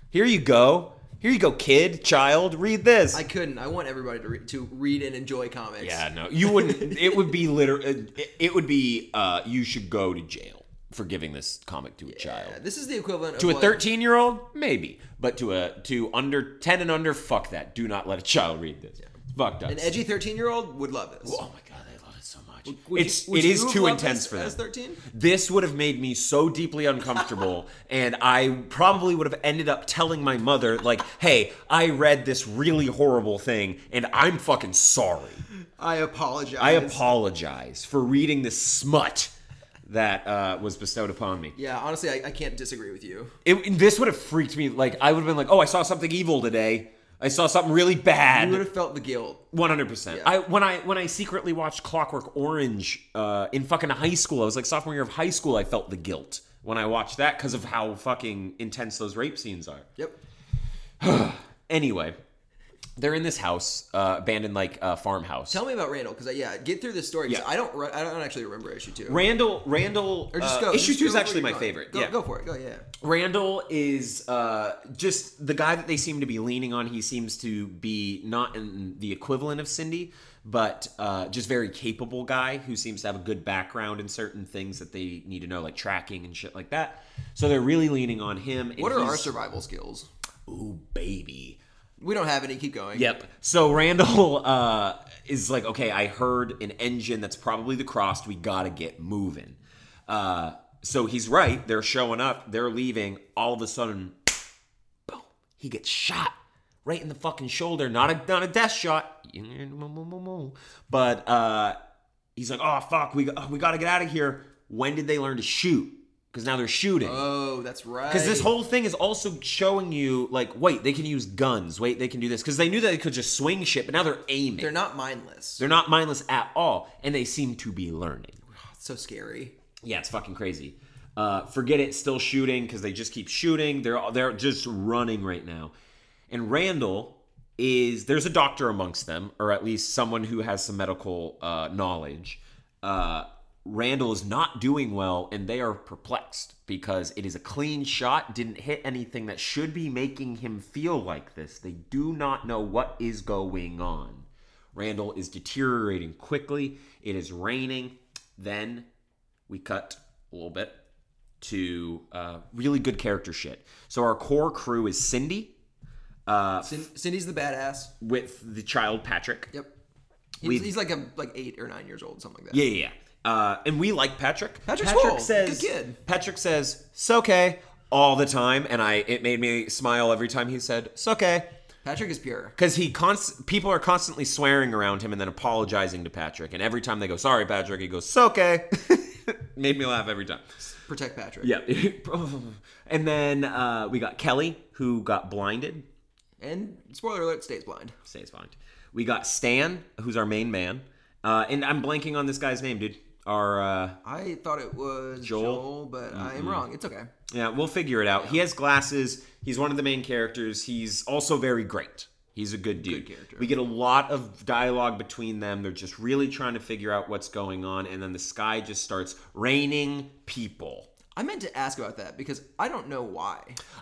B: Here you go. Here you go, kid, child. Read this.
A: I couldn't. I want everybody to re- to read and enjoy comics.
B: yeah, no, you wouldn't. It would be literally. It, it would be. Uh, you should go to jail for giving this comic to a child.
A: Yeah, This is the equivalent
B: To
A: of
B: a
A: like-
B: 13 year old, maybe, but to a to under 10 and under, fuck that. Do not let a child read this. It's Fucked up.
A: An edgy thirteen year old would love this.
B: oh my god, I love it so much.
A: Would
B: it's
A: you- would
B: it
A: you
B: is
A: have
B: too
A: loved
B: intense
A: this
B: for them.
A: As thirteen,
B: This would have made me so deeply uncomfortable, and I probably would have ended up telling my mother, like, "Hey, I read this really horrible thing, and I'm fucking sorry.
A: I apologize.
B: I apologize for reading this smut that uh, was bestowed upon me."
A: Yeah, honestly, I, I can't disagree with you.
B: It, this would have freaked me. Like I would have been like, "Oh, I saw something evil today. I saw something really
A: You would
B: bad."
A: have felt the guilt.
B: One hundred percent. I when I when I secretly watched Clockwork Orange uh, in fucking high school, I was like sophomore year of high school. I felt the guilt when I watched that because of how fucking intense those rape scenes are.
A: Yep.
B: Anyway, they're in this house, uh, abandoned like uh, farmhouse.
A: Tell me about Randall, because yeah, get through this story. 'cause
B: Yeah.
A: I don't. Re- I don't actually remember issue two.
B: Randall, Randall.
A: Or just
B: uh,
A: go.
B: issue
A: just
B: two
A: go
B: is
A: where
B: actually
A: you're
B: my
A: going.
B: favorite.
A: Go,
B: yeah.
A: go for it. Go. Yeah.
B: Randall is uh, just the guy that they seem to be leaning on. He seems to be not in the equivalent of Cindy, but uh, just very capable guy who seems to have a good background in certain things that they need to know, like tracking and shit like that. So they're really leaning on him. and
A: What are
B: he's-
A: our survival skills?
B: Ooh, baby.
A: We don't have any. Keep going.
B: Yep. So Randall uh, is like, okay, I heard an engine that's probably the crossed. We gotta get moving. Uh, so he's right. They're showing up. They're leaving. All of a sudden, boom! He gets shot right in the fucking shoulder. Not a not a death shot. But uh, he's like, oh fuck, we oh, we gotta get out of here. When did they learn to shoot? Because now they're shooting.
A: Oh, that's right.
B: Because this whole thing is also showing you, like, wait, they can use guns. Wait, they can do this. Because they knew that they could just swing shit, but now they're aiming.
A: they're not mindless.
B: They're not mindless at all, and they seem to be learning.
A: It's so scary.
B: Yeah, it's fucking crazy. Uh, forget it, still shooting because they just keep shooting. They're they're just running right now, and Randall is there's a doctor amongst them, or at least someone who has some medical uh, knowledge. Uh, Randall is not doing well, and they are perplexed because it is a clean shot, didn't hit anything that should be making him feel like this. They do not know what is going on. Randall is deteriorating quickly. It is raining. Then we cut a little bit to uh, really good character shit. So our core crew is Cindy Uh,
A: Cin- Cindy's the badass.
B: with the child Patrick.
A: Yep. He's, he's like a like eight or nine years old, something like that.
B: Yeah, yeah, yeah. Uh, and we like Patrick.
A: Patrick's
B: Patrick
A: cool.
B: says
A: Good kid.
B: Patrick says "Soke" all the time, and I it made me smile every time he said "Soke"
A: Patrick is pure.
B: because he const- people are constantly swearing around him and then apologizing to Patrick, and every time they go "Sorry, Patrick," he goes "Soke." made me laugh every time.
A: Protect Patrick.
B: Yeah, and then uh, we got Kelly who got blinded.
A: And spoiler alert, stays blind.
B: Stays blind. We got Stan, who's our main man, uh, and I'm blanking on this guy's name, dude. Our uh,
A: I thought it was
B: Joel?
A: Joel, but I am wrong. It's okay.
B: Yeah, we'll figure it out. He has glasses. He's one of the main characters. He's also very great. He's a good dude.
A: Good character.
B: We get a lot of dialogue between them. They're just really trying to figure out what's going on, and then the sky just starts raining people.
A: I meant to ask about that because I don't know why.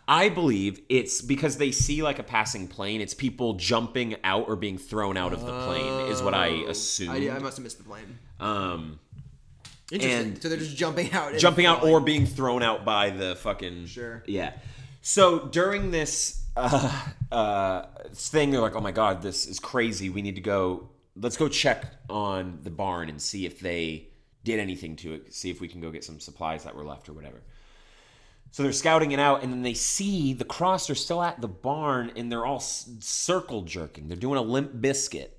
B: I believe it's because they see like a passing plane. It's people jumping out or being thrown out of the plane, is what I assume.
A: Oh, I, I must have missed the plane.
B: um,
A: Interesting.
B: And-
A: so they're just jumping out. and
B: jumping out
A: falling.
B: or being thrown out by the fucking
A: Sure.
B: yeah so during this uh uh thing they're like oh my god this is crazy we need to go let's go check on the barn and see if they did anything to it see if we can go get some supplies that were left or whatever so they're scouting it out and then they see the cross are still at the barn and they're all s- circle jerking they're doing a limp biscuit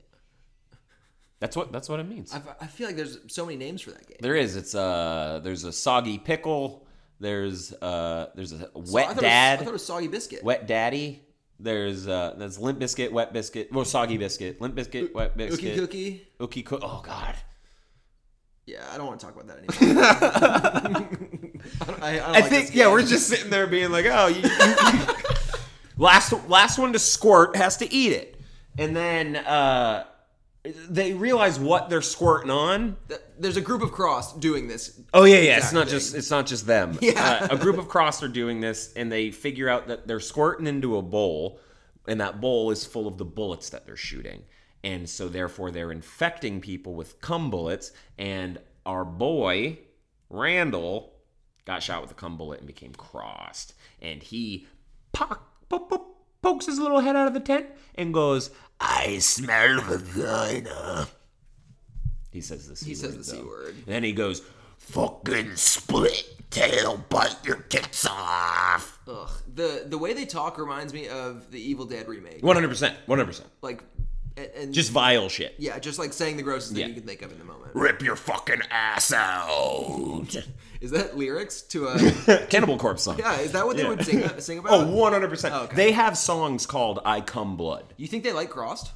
B: that's what that's what it means
A: I, I feel like there's so many names for that game.
B: there is. It's uh there's a soggy pickle. There's uh there's a
A: So I
B: wet
A: thought it was-
B: dad,
A: I thought it was soggy biscuit.
B: wet daddy. There's uh there's limp biscuit, wet biscuit, well soggy biscuit, limp biscuit, wet
A: Ookie
B: biscuit,
A: cookie.
B: ookie cook. Oh god.
A: Yeah, I don't want to talk about that anymore. I, don't, I, I, don't
B: I
A: like
B: think
A: this
B: yeah,
A: game.
B: we're just sitting there being like, oh, you, you- last last one to squirt has to eat it, and then uh they realize what they're squirting on.
A: Th- There's a group of cross doing this.
B: Oh yeah, yeah. It's not
A: Exactly.
B: just it's not just them. Uh, a group of cross are doing this, and they figure out that they're squirting into a bowl, and that bowl is full of the bullets that they're shooting, and so therefore they're infecting people with cum bullets. And our boy Randall got shot with a cum bullet and became crossed, and he pock, po- po- pokes his little head out of the tent and goes, "I smell vagina." He says the c
A: He says the c
B: though.
A: word.
B: Then he goes, fucking split tail, bite your tits off.
A: Ugh. The the way they talk reminds me of the Evil Dead remake.
B: 100%. 100%.
A: Like, and, and
B: Just vile shit.
A: yeah, just like saying the grossest thing
B: Yeah.
A: you can think of in the moment.
B: Rip your fucking ass out.
A: Is that lyrics to a?
B: Cannibal Corpse song.
A: yeah, is that what they
B: Yeah.
A: would sing sing about?
B: Oh, 100%.
A: Oh, okay.
B: They have songs called I Come Blood.
A: you think they like crossed?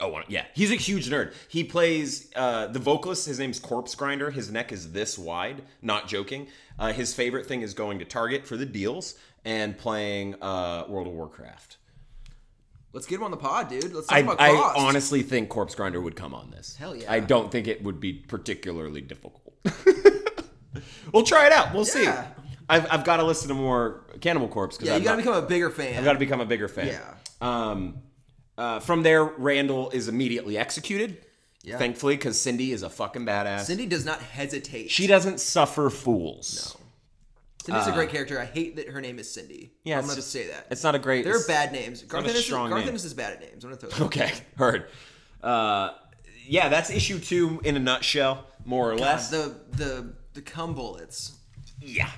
B: Oh, one- yeah. He's a huge nerd. He plays uh, the vocalist. His name's Corpse Grinder. His neck is this wide. Not joking. Uh, his favorite thing is going to Target for the deals and playing uh, World of Warcraft.
A: Let's get him on the pod, dude. Let's talk
B: I,
A: about
B: I
A: crossed.
B: honestly think Corpse Grinder would come on this.
A: Hell yeah.
B: I don't think it would be particularly difficult. we'll try it out. We'll
A: Yeah.
B: see. I've, I've got to listen to more Cannibal Corpse because
A: yeah,
B: I've
A: you gotta
B: got
A: become a bigger fan.
B: to become a bigger fan.
A: Yeah.
B: Um, uh, from there, Randall is immediately executed.
A: Yeah.
B: Thankfully, because Cindy is a fucking badass.
A: Cindy does not hesitate.
B: she doesn't suffer fools. No.
A: Cindy's a great character. I hate that her name is Cindy.
B: Yeah,
A: I'm
B: it's
A: gonna
B: just-
A: say that.
B: It's not a great.
A: There are
B: it's-
A: bad names. Garth
B: not a
A: Ennis, is-
B: strong
A: Garth
B: name.
A: Ennis is bad at names. I'm gonna throw that. out.
B: Okay, heard. Uh, yeah, that's issue two in a nutshell, more or less.
A: The the the cum bullets.
B: yeah.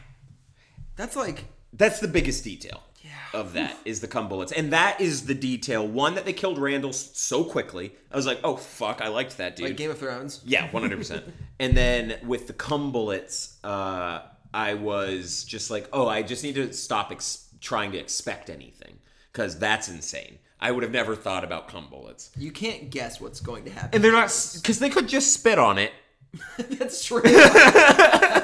A: That's like
B: That's the biggest detail
A: Yeah.
B: of that is the cum bullets, and that is the detail one that they killed Randall s- so quickly. I was like, oh fuck, I liked that dude.
A: like Game of Thrones.
B: yeah, one hundred percent. And then with the cum bullets, uh, I was just like, oh, I just need to stop ex- trying to expect anything because that's insane. I would have never thought about cum bullets,
A: You can't guess what's going to happen.
B: and they're not because they could just spit on it.
A: That's true. I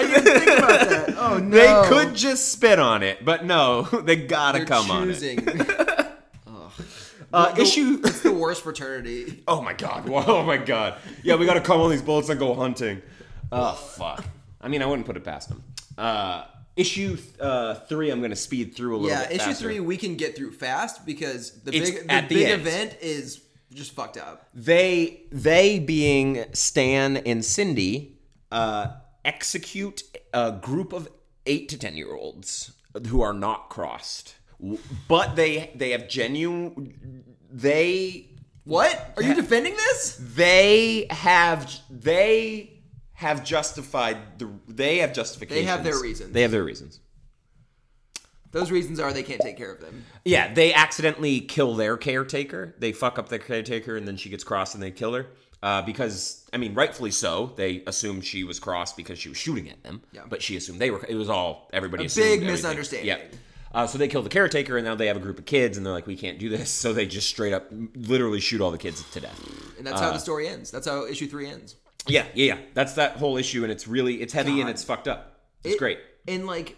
A: didn't think about that. Oh no.
B: They could just spit on it, but no, they gotta
A: They're
B: come on it.
A: choosing.
B: Uh,
A: The-
B: issue.
A: It's the worst fraternity.
B: Oh my god. Whoa, Oh my god. Yeah, we gotta come on these bullets and go hunting. Oh fuck. I mean, I wouldn't put it past them. Uh, issue th- uh, three, I'm gonna speed through a little
A: Yeah,
B: bit.
A: issue
B: faster.
A: three we can get through fast because the
B: It's
A: big the
B: at the
A: big
B: end.
A: event is just fucked up.
B: They they being Stan and Cindy uh, execute a group of eight to ten year olds who are not crossed, W- but they they have genuine they
A: What? Are you defending this?
B: They have they have justified the they have justifications.
A: their reasons.
B: They have their reasons.
A: Those reasons are they can't take care of them.
B: Yeah, they accidentally kill their caretaker. They fuck up their caretaker, and then she gets crossed, and they kill her. Uh, because I mean, rightfully so. They assumed she was crossed because she was shooting at them.
A: Yeah.
B: But she assumed they were. It was all everybody.
A: A
B: assumed
A: big
B: everything.
A: misunderstanding.
B: Yeah. Uh, so they kill the caretaker, and now they have a group of kids, and they're like, "We can't do this." So they just straight up, literally shoot all the kids to death.
A: And that's how
B: Uh,
A: the story ends. That's how issue three ends.
B: Yeah, yeah, yeah. That's that whole issue, and it's really it's heavy and
A: God.
B: it's fucked up. It's
A: It-
B: great.
A: And like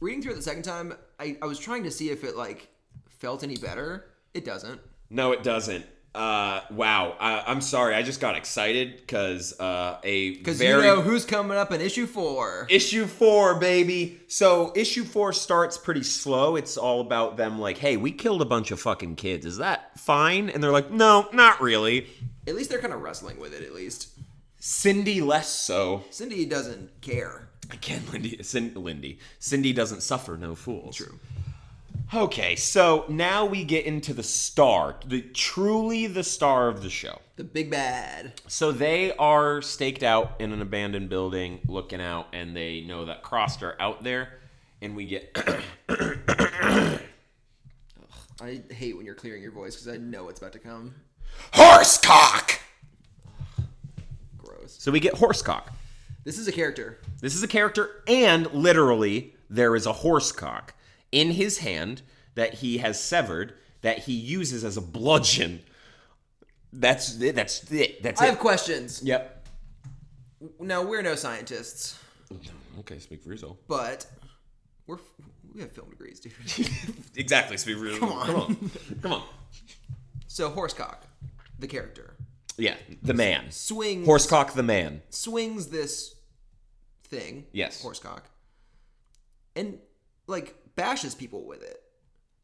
A: reading through it the second time, I, I was trying to see if it like felt any better. It doesn't.
B: No, it doesn't. Uh, wow. I, I'm sorry. I just got excited because uh, a
A: Because
B: very
A: you know who's coming up in issue four.
B: issue four, baby. So issue four starts pretty slow. It's all about them like, hey, we killed a bunch of fucking kids. Is that fine? And they're like, no, not really.
A: At least they're kind of wrestling with it. At least
B: Cindy less so.
A: Cindy doesn't care.
B: Again, Lindy. Cin- Lindy. Cindy doesn't suffer no fools.
A: True.
B: Okay, so now we get into the star, the truly the star of the show.
A: The big bad.
B: So they are staked out in an abandoned building, looking out, and they know that Crossed are out there, and we get
A: I hate when you're clearing your voice because I know what's about to come.
B: horsecock.
A: Gross.
B: So we get horsecock.
A: This is a character.
B: This is a character, and literally, there is a horsecock in his hand that he has severed that he uses as a bludgeon. That's it. That's it. That's
A: I
B: it.
A: have questions.
B: yep.
A: Now we're no scientists,
B: Okay, speak for yourself.
A: but we're we have film degrees, dude.
B: exactly. Speak for yourself.
A: on.
B: Come on. Come on.
A: So Horsecock, the character,
B: Yeah, the man.
A: swings
B: Horsecock the man.
A: swings this thing.
B: Yes.
A: Horsecock, and like bashes people with it.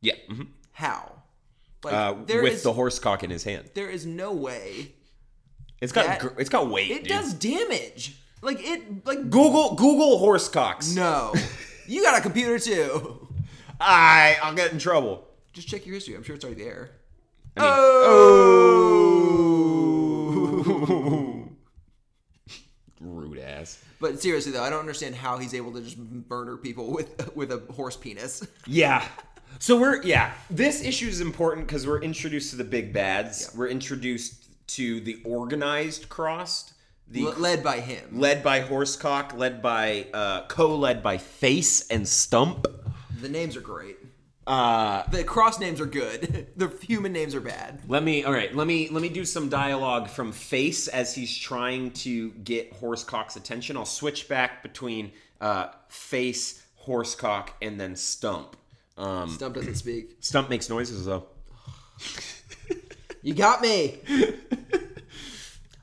B: Yeah. mhm.
A: How? Like
B: Uh,
A: there
B: with
A: is-
B: the horsecock in his hand.
A: there is no way
B: It's got
A: That-
B: gr- it's got weight.
A: it
B: dude.
A: does damage. Like it like
B: Google Google horsecocks.
A: no. you got a computer too.
B: I I'll get in trouble.
A: Just check your history. I'm sure it's already there.
B: I mean- oh. Rude ass.
A: But seriously though, I don't understand how he's able to just murder people with with a horse penis.
B: Yeah. So we're yeah. This issue is important because we're introduced to the big bads. We're introduced to the organized crossed, the
A: L- led by him.
B: led by horsecock, led by uh, co-led by face and stump.
A: The names are great.
B: Uh,
A: The cross names are good. The human names are bad.
B: Let me all right, let me let me do some dialogue from Face as he's trying to get Horsecock's attention. I'll switch back between uh, Face, Horsecock, and then Stump. Um,
A: Stump doesn't speak.
B: Stump makes noises though.
A: You got me.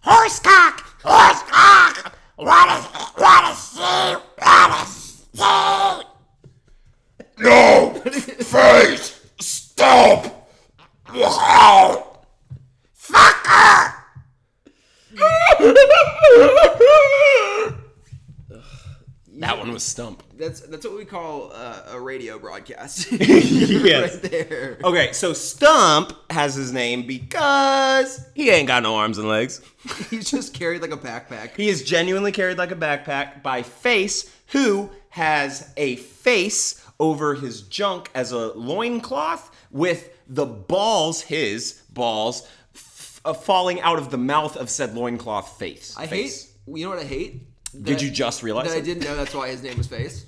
B: Horsecock! Horsecock! What is what is she? What is she? No! Face! Stump! Wow! Fucker! that one was Stump.
A: That's that's what we call uh, a radio broadcast.
B: Yes. Oh.
A: right there.
B: Okay, so Stump has his name because he ain't got no arms and legs.
A: He's just carried like a backpack.
B: He is genuinely carried like a backpack by Face, who has a face over his junk as a loincloth with the balls, his balls, f- uh, falling out of the mouth of said loincloth face.
A: I
B: face.
A: hate. You know what I hate?
B: Did
A: That-
B: you just realize
A: that I
B: it?
A: didn't know that's why his name was Face.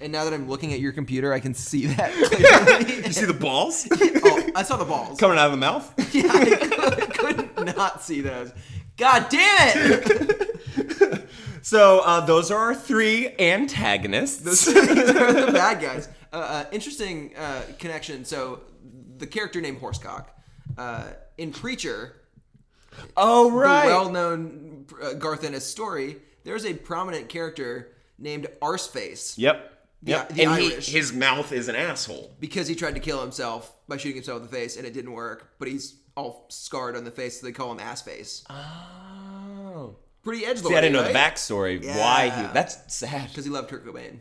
A: And now that I'm looking at your computer, I can see that. clearly.
B: You see the balls
A: oh, I saw the balls.
B: coming out of the mouth?
A: Yeah, I could, I could not see those. God damn it!
B: So uh, those are our three antagonists.
A: They're the bad guys. Uh, uh, interesting uh, connection. So the character named Horsecock uh, in Preacher,
B: oh
A: the
B: right.
A: well-known uh, Garth Ennis story. There's a prominent character named Arseface
B: yep.
A: Yeah,
B: Yep.
A: the
B: and he,
A: Irish.
B: his mouth is an asshole.
A: because he tried to kill himself by shooting himself in the face and it didn't work, but he's all scarred on the face, so they call him Ass Face.
B: Oh.
A: Pretty edge
B: See, I didn't know the backstory. Why he?
A: Yeah.
B: That's sad.
A: because he loved Kurt Cobain.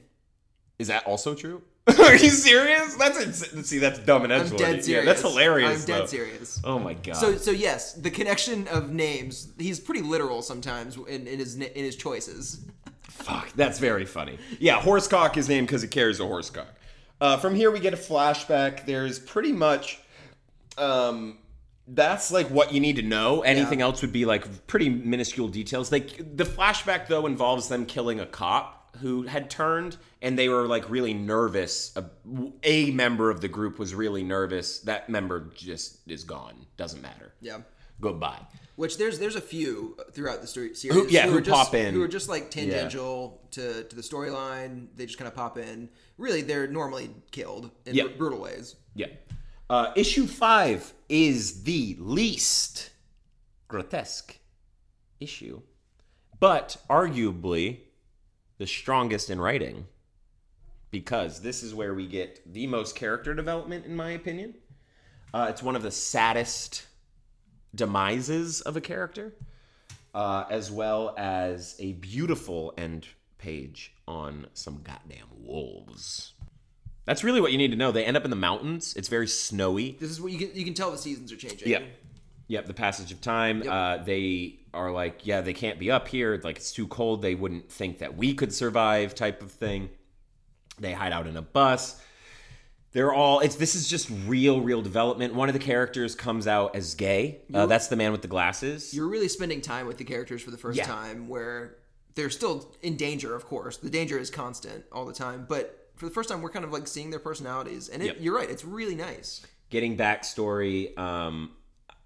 B: Is that also true? Are you serious? That's ins- see, that's dumb and
A: I'm
B: edgelord.
A: dead serious.
B: Yeah, that's hilarious.
A: I'm dead
B: though.
A: serious.
B: Oh my god.
A: So so yes, the connection of names. He's pretty literal sometimes in, in his na- in his choices.
B: Fuck, that's very funny. Yeah, Horsecock is named because it carries a horsecock. Uh, from here, we get a flashback. There's pretty much, um, that's like what you need to know. Anything else would be like pretty minuscule details. Like the flashback though involves them killing a cop who had turned, and they were like really nervous. A, a member of the group was really nervous. That member just is gone. Doesn't matter.
A: Yeah.
B: Goodbye.
A: Which there's there's a few throughout the story series.
B: yeah, who
A: are just,
B: pop in.
A: Who are just like tangential to to the storyline. They just kind of pop in. Really, they're normally killed in
B: Yeah.
A: br- brutal ways.
B: Yeah. Uh, issue five is the least grotesque issue, but arguably the strongest in writing because this is where we get the most character development, in my opinion. Uh, it's one of the saddest demises of a character, uh, as well as a beautiful end page on some goddamn wolves. That's really what you need to know. They end up in the mountains. It's very snowy.
A: This is what you can you can tell the seasons are changing.
B: Yep. Yep. The passage of time. Uh, they are like, yeah, they can't be up here. Like it's too cold. They wouldn't think that we could survive, type of thing. They hide out in a bus. They're all. It's this is just real, real development. One of the characters comes out as gay. Uh, that's the man with the glasses.
A: You're really spending time with the characters for the first
B: Yeah.
A: time, where they're still in danger. Of course, the danger is constant all the time, but for the first time, we're kind of like seeing their personalities, and it,
B: Yep.
A: you're right. It's really nice.
B: Getting backstory. Um,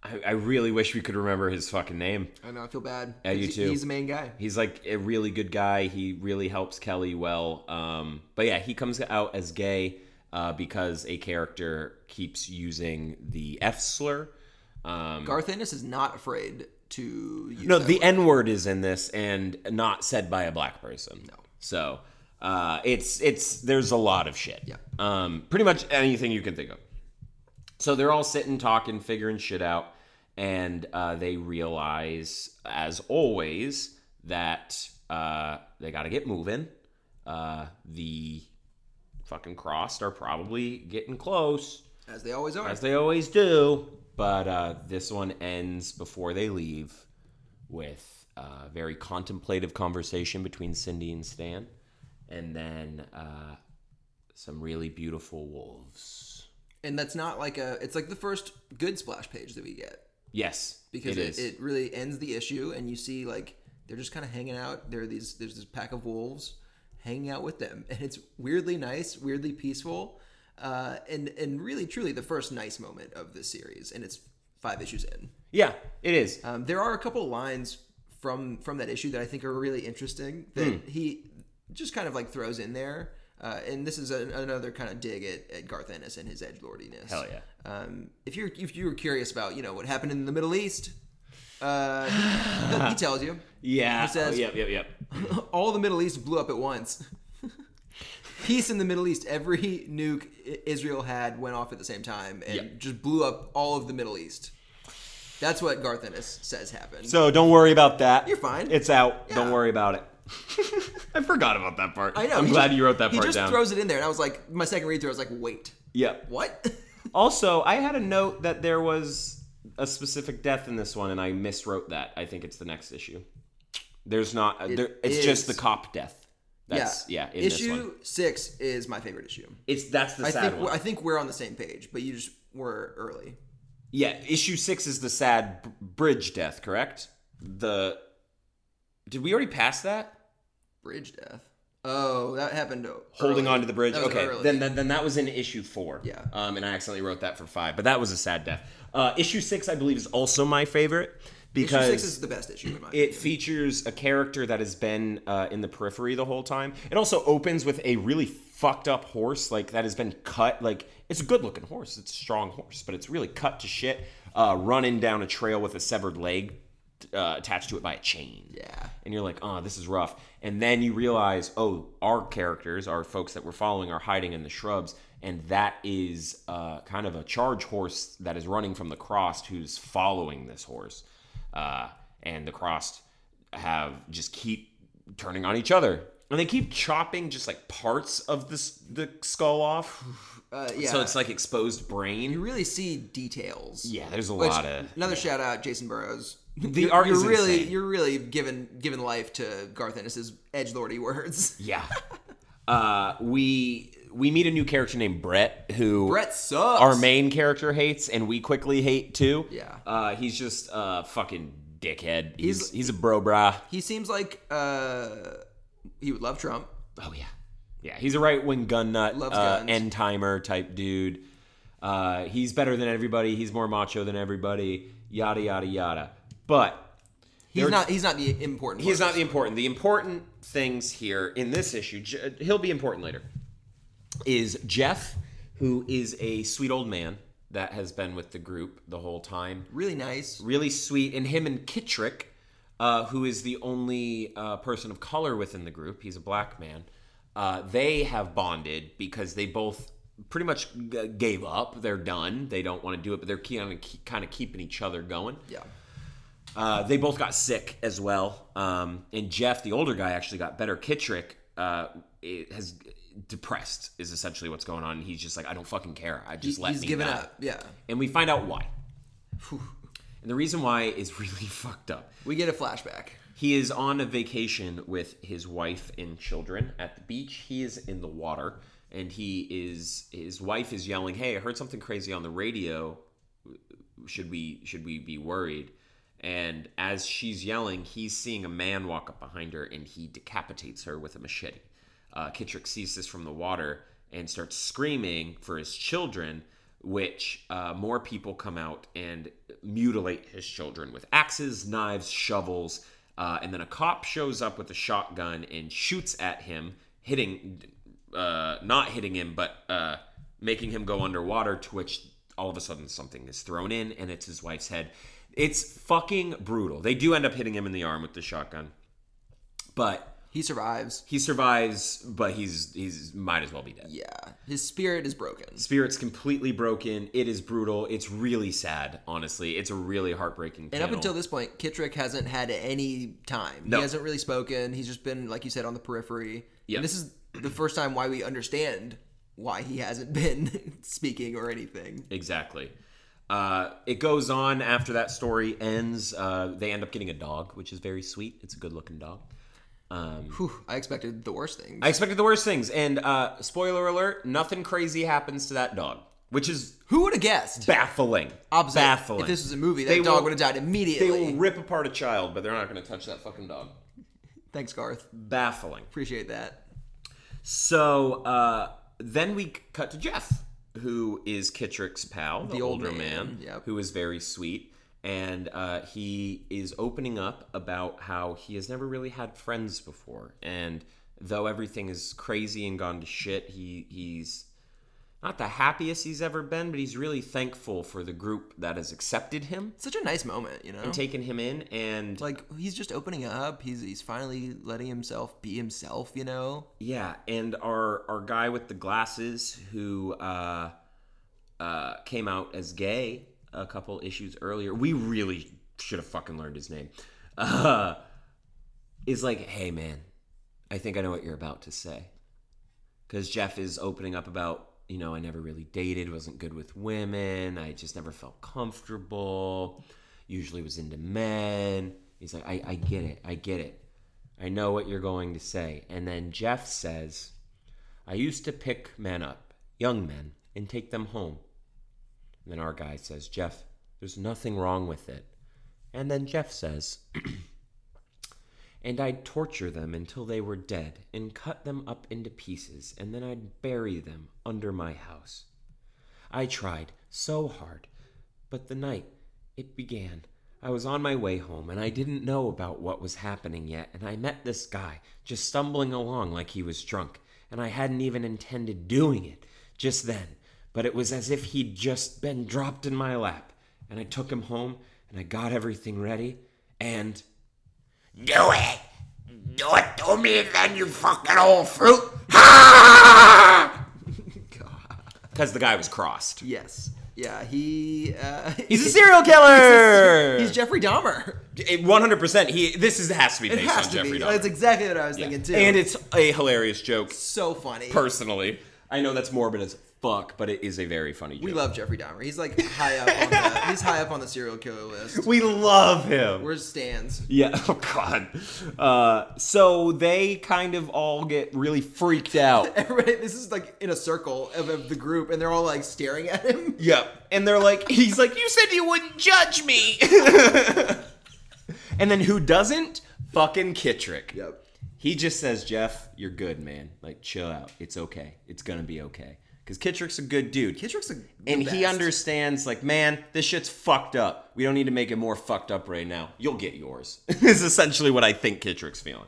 B: I, I really wish we could remember his fucking name.
A: I know. I feel bad.
B: you
A: He's-
B: too.
A: He's the main guy.
B: He's like a really good guy. He really helps Kelly well. Um, but yeah, he comes out as gay uh, because a character keeps using the F slur. Um,
A: Garth Ennis is not afraid to use
B: no,
A: that
B: the N word is in this and not said by a black person. No. So uh, it's it's there's a lot of shit.
A: Yeah.
B: Um, pretty much anything you can think of. So they're all sitting, talking, figuring shit out, and uh, they realize, as always, that uh, they got to get moving. Uh, the fucking crossed are probably getting close
A: as they always are.
B: as they always do. But uh, this one ends before they leave with a very contemplative conversation between Cindy and Stan, and then uh, some really beautiful wolves.
A: and that's not like a it's like the first good splash page that we get
B: Yes,
A: because
B: it
A: it,
B: is.
A: it really ends the issue and you see like they're just kind of hanging out there are these there's this pack of wolves hanging out with them and it's weirdly nice weirdly peaceful uh, and and really truly the first nice moment of this series and it's five issues in
B: yeah, it is.
A: um, there are a couple lines from from that issue that I think are really interesting that
B: Hmm.
A: he just kind of like throws in there. Uh, and this is an another kind of dig at, at Garth Ennis and his edge lordiness.
B: Hell yeah.
A: Um, if you're if you were curious about you know what happened in the Middle East, uh, he, he tells you
B: Yeah.
A: He says-
B: oh, yep. Yep. Yep.
A: all the Middle East blew up at once. Peace in the Middle East. Every nuke I- Israel had went off at the same time and
B: Yep.
A: just blew up all of the Middle East. That's what Garth Ennis says happened.
B: So don't worry about that.
A: You're fine.
B: It's out.
A: Yeah.
B: Don't worry about it. I forgot about that part.
A: I know.
B: I'm
A: he
B: glad
A: just-
B: you wrote that
A: he
B: part
A: just
B: down.
A: throws it in there, and I was like, my second read through, I was like, wait,
B: yep.
A: what?
B: Also, I had a note that there was a specific death in this one, and I miswrote that. I think it's the next issue. There's not. there, it's
A: is.
B: just the cop death. That's yeah. in this
A: issue
B: one.
A: six is my favorite issue.
B: It's that's the
A: I
B: sad
A: think
B: one.
A: I think we're on the same page, but you just were early.
B: yeah, issue six is the sad b- bridge death. Correct. The did we already pass that?
A: Bridge death. Oh, that happened. early.
B: Holding on to the bridge.
A: That was
B: Okay,
A: early.
B: then, then then that was in issue four.
A: Yeah.
B: Um, and I accidentally wrote that for five, but that was a sad death. Uh, issue six, I believe, is also my favorite because
A: issue six is the best issue in my.
B: It features a character that has been uh, in the periphery the whole time. It also opens with a really fucked up horse, like that has been cut. Like it's a good looking horse, it's a strong horse, but it's really cut to shit, uh, running down a trail with a severed leg uh, attached to it by a chain.
A: Yeah.
B: And you're like, oh, this is rough. And then you realize, oh, our characters, our folks that we're following, are hiding in the shrubs. And that is uh, kind of a charge horse that is running from the crossed who's following this horse. Uh, and the crossed have just keep turning on each other And they keep chopping just like parts of this the skull off,
A: Uh, yeah.
B: so it's like exposed brain.
A: you really see details.
B: Yeah, there's a
A: Which-
B: lot of
A: another shout out, Jason Burrows.
B: The
A: you're,
B: art
A: you're
B: is
A: really
B: insane.
A: you're really giving giving life to Garth Ennis's edge lordy words.
B: yeah. Uh, we we meet a new character named Brett who
A: Brett sucks.
B: our main character hates and we quickly hate too.
A: Yeah.
B: Uh, he's just a fucking dickhead. He's he's,
A: He's-
B: a bro bra.
A: He seems like uh, he would love Trump.
B: Oh yeah. Yeah, he's a right wing gun nut,
A: Loves
B: uh,
A: guns.
B: end timer type dude. Uh, he's better than everybody. He's more macho than everybody. Yada yada yada. But
A: He's
B: They're-
A: not. He's not the important.
B: He's
A: one.
B: not the important. The important things here in this issue, J- he'll be important later, is Jeff, who is a sweet old man that has been with the group the whole time.
A: really nice.
B: Really sweet. And him and Kittrick, uh, who is the only uh, person of color within the group, he's a black man, uh, they have bonded because they both pretty much g- gave up. They're done. They don't want to do it, but they're kind of keeping each other going.
A: Yeah.
B: Uh, they both got sick as well. Um, and Jeff, the older guy, actually got better. Kittrick uh, i- has depressed is essentially what's going on. He's just like, I don't fucking care. I just let
A: he's
B: me
A: given
B: die."
A: up. Yeah.
B: And we find out why. And the reason why is really fucked up.
A: We get a flashback.
B: He is on a vacation with his wife and children at the beach. He is in the water, and he is his wife is yelling, "Hey, I heard something crazy on the radio. Should we should we be worried?" And as she's yelling, he's seeing a man walk up behind her, and he decapitates her with a machete. Uh, Kittrick sees this from the water and starts screaming for his children, which uh, more people come out and mutilate his children with axes, knives, shovels, uh, and then a cop shows up with a shotgun and shoots at him, hitting, uh, not hitting him, but uh, making him go underwater. To which all of a sudden something is thrown in, and it's his wife's head. It's fucking brutal. They do end up hitting him in the arm with the shotgun, but
A: He survives.
B: he survives, but he's he's might as well be dead.
A: Yeah. His spirit is broken.
B: Spirit's completely broken. It is brutal. It's really sad, honestly. It's a really heartbreaking.
A: And up until this point, Kittrick hasn't had any time.
B: No.
A: He hasn't really spoken. He's just been, like you said, on the periphery.
B: Yeah.
A: And this is the first time why we understand why he hasn't been speaking or anything.
B: exactly. Uh, it goes on after that story ends. Uh, they end up getting a dog, which is very sweet. It's a good looking dog.
A: Whew, I expected the worst things.
B: I expected the worst things, and uh, spoiler alert: nothing crazy happens to that dog, which is
A: Who would have guessed?
B: baffling.
A: Opposite.
B: Baffling.
A: If this was a movie, that
B: They
A: dog
B: will-
A: would have died
B: they
A: immediately.
B: will rip apart a child, but they're not going to touch that fucking dog.
A: Thanks, Garth.
B: Baffling.
A: Appreciate that.
B: So uh, then we cut to Jeff, who is Kittrick's pal, the,
A: old
B: older man,
A: man, yep.
B: who is very sweet. And uh, he is opening up about how he has never really had friends before. And though everything is crazy and gone to shit, he, he's not the happiest he's ever been, but he's really thankful for the group that has accepted him,
A: Such a nice moment, you know?
B: taken him in, and
A: like, he's just opening up. He's, he's finally letting himself be himself, you know?
B: Yeah, and our our guy with the glasses who uh, uh, came out as gay a couple issues earlier. We really should have fucking learned his name. Uh, is like, hey man, I think I know what you're about to say, because Jeff is opening up about you know I never really dated, wasn't good with women, I just never felt comfortable, usually was into men. He's like, I, I get it, I get it. I know what you're going to say. And then Jeff says, I used to pick men up, young men, and take them home. And then our guy says, Jeff, there's nothing wrong with it. And then Jeff says, And I'd torture them until they were dead and cut them up into pieces, and then I'd bury them under my house. I tried so hard, but the night it began, I was on my way home and I didn't know about what was happening yet, and I met this guy just stumbling along like he was drunk, and I hadn't even intended doing it just then, but it was as if he'd just been dropped in my lap, and I took him home and I got everything ready, and. Do it! Do it to me then, you fucking old fruit! Because the guy was crossed.
A: Yes. Yeah, he uh,
B: He's a serial killer.
A: He's Jeffrey Dahmer.
B: One hundred percent. He. This is has to be
A: It
B: based
A: has
B: on
A: to
B: Jeffrey
A: be.
B: Dahmer.
A: That's exactly what I was
B: Yeah.
A: thinking too.
B: And it's a hilarious joke.
A: so funny.
B: Personally, I know that's morbid as fuck, but it is a very funny joke.
A: we love Jeffrey Dahmer. He's like high up on the he's high up on the serial killer list.
B: We love him.
A: Where's Stan's?
B: Yeah. Oh God. Uh, so they kind of all get really freaked out.
A: Everybody, this is like in a circle of, of the group, and they're all like staring at him.
B: yep. And they're like, he's like, you said you wouldn't judge me. and then who doesn't? Fucking Kittrick.
A: Yep.
B: He just says, Jeff, you're good, man. Like, chill out. It's okay. It's gonna be okay. Because Kittrick's a good dude.
A: Kittrick's a
B: and he understands like man this shit's fucked up we don't need to make it more fucked up right now you'll get yours is essentially what i think kittrick's feeling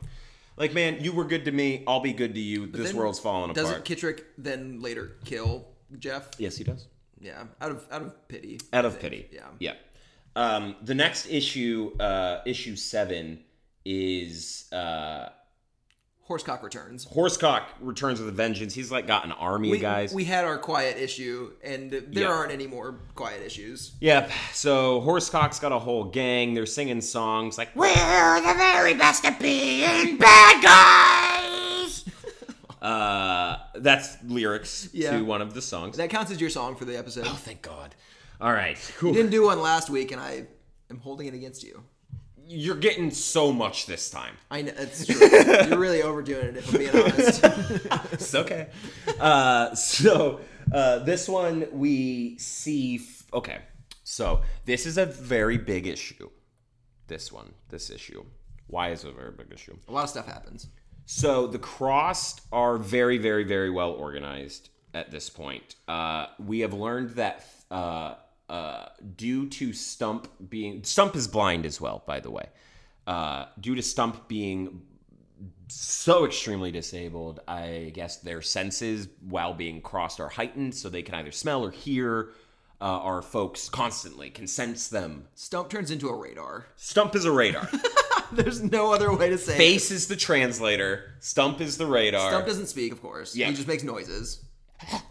B: like man you were good to me i'll be good to you this world's falling apart
A: Doesn't Kittrick then later kill Jeff?
B: yes he does
A: Yeah, out of out of pity.
B: out of pity
A: Yeah.
B: yeah um, the next issue uh, issue seven is uh,
A: Horsecock returns.
B: horsecock returns with a vengeance he's like got an army
A: We,
B: of guys
A: we had our quiet issue, and there
B: Yeah.
A: aren't any more quiet issues.
B: Yep. So Horsecock's got a whole gang. They're singing songs like "We're the very best at being bad guys." uh, that's lyrics
A: Yeah.
B: to one of the songs.
A: That counts as your song for the episode.
B: oh, thank God. All right. Cool.
A: You didn't do one last week, and I am holding it against you.
B: You're getting so much this time.
A: I know it's true. You're really overdoing it, if I'm being honest.
B: It's okay. uh, so uh, this one we see. F- okay. So this is a very big issue. This one. This issue. Why is it a very big issue?
A: A lot of stuff happens.
B: So the crossed are very, very, very well organized at this point. Uh, we have learned that uh, uh, due to Stump being Stump is blind as well, by the way. Uh, due to Stump being so extremely disabled, I guess their senses, while being crossed, are heightened, so they can either smell or hear. Uh, our folks constantly can sense them.
A: Stump turns into a radar.
B: Stump is a radar.
A: There's no other way to say it.
B: Face is the translator. Stump is the radar.
A: Stump doesn't speak, of course.
B: Yeah.
A: He just makes noises.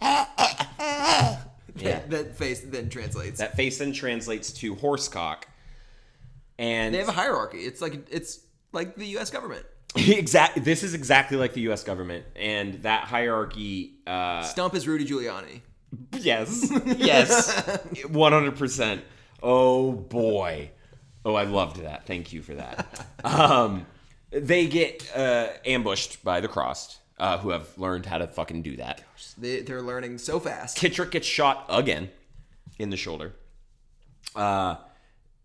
B: Yeah.
A: That face then translates.
B: That face then translates to horsecock. And
A: they have a hierarchy. It's like it's like the U.S. government.
B: exact this is exactly like the US government and that hierarchy uh
A: Stump is Rudy Giuliani.
B: yes. Yes. 100%. Oh boy. Oh, I loved that. Thank you for that. Um they get uh ambushed by the crossed uh who have learned how to fucking do that.
A: They, they're learning so fast.
B: Kittrick gets shot again in the shoulder. Uh,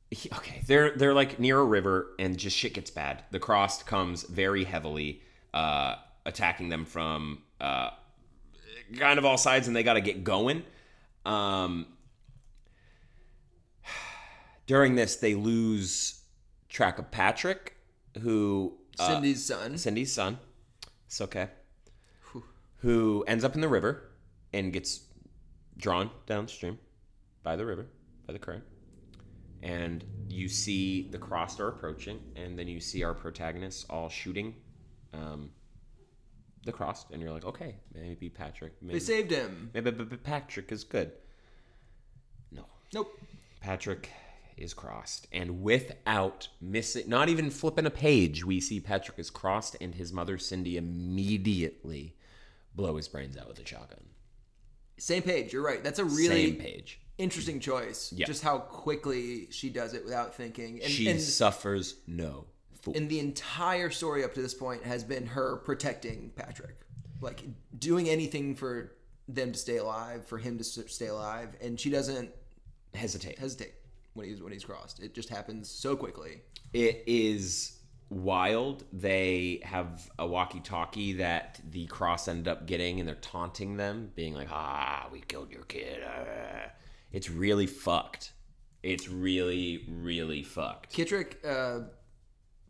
B: he- okay, they're they're like near a river, and just shit gets bad. The crossed comes very heavily, uh, attacking them from uh, kind of all sides, and they got to get going. Um, during this, they lose track of Patrick, who uh,
A: Cindy's son.
B: Cindy's son. It's okay. Who ends up in the river and gets drawn downstream by the river, by the current. And you see the crossed are approaching, and then you see our protagonists all shooting um, the crossed, and you're like, okay, maybe Patrick,
A: They
B: maybe,
A: saved him.
B: maybe b- b- Patrick is good. No,
A: Nope.
B: Patrick is crossed, and without missing, not even flipping a page, we see Patrick is crossed, and his mother Cindy immediately blow his brains out with a shotgun.
A: Same page. You're right. That's a really
B: Same page.
A: interesting choice.
B: Yeah.
A: Just how quickly she does it without thinking. And,
B: she
A: and,
B: suffers no fool.
A: and the entire story up to this point has been her protecting Patrick, like doing anything for them to stay alive, for him to s- stay alive, and she doesn't
B: Hesitate.
A: hesitate when he's when he's crossed. It just happens so quickly.
B: It is wild. They have a walkie-talkie that the cross ended up getting, and they're taunting them, being like, "Ah, we killed your kid." ah." It's really fucked. It's really, really fucked.
A: Kittrick uh,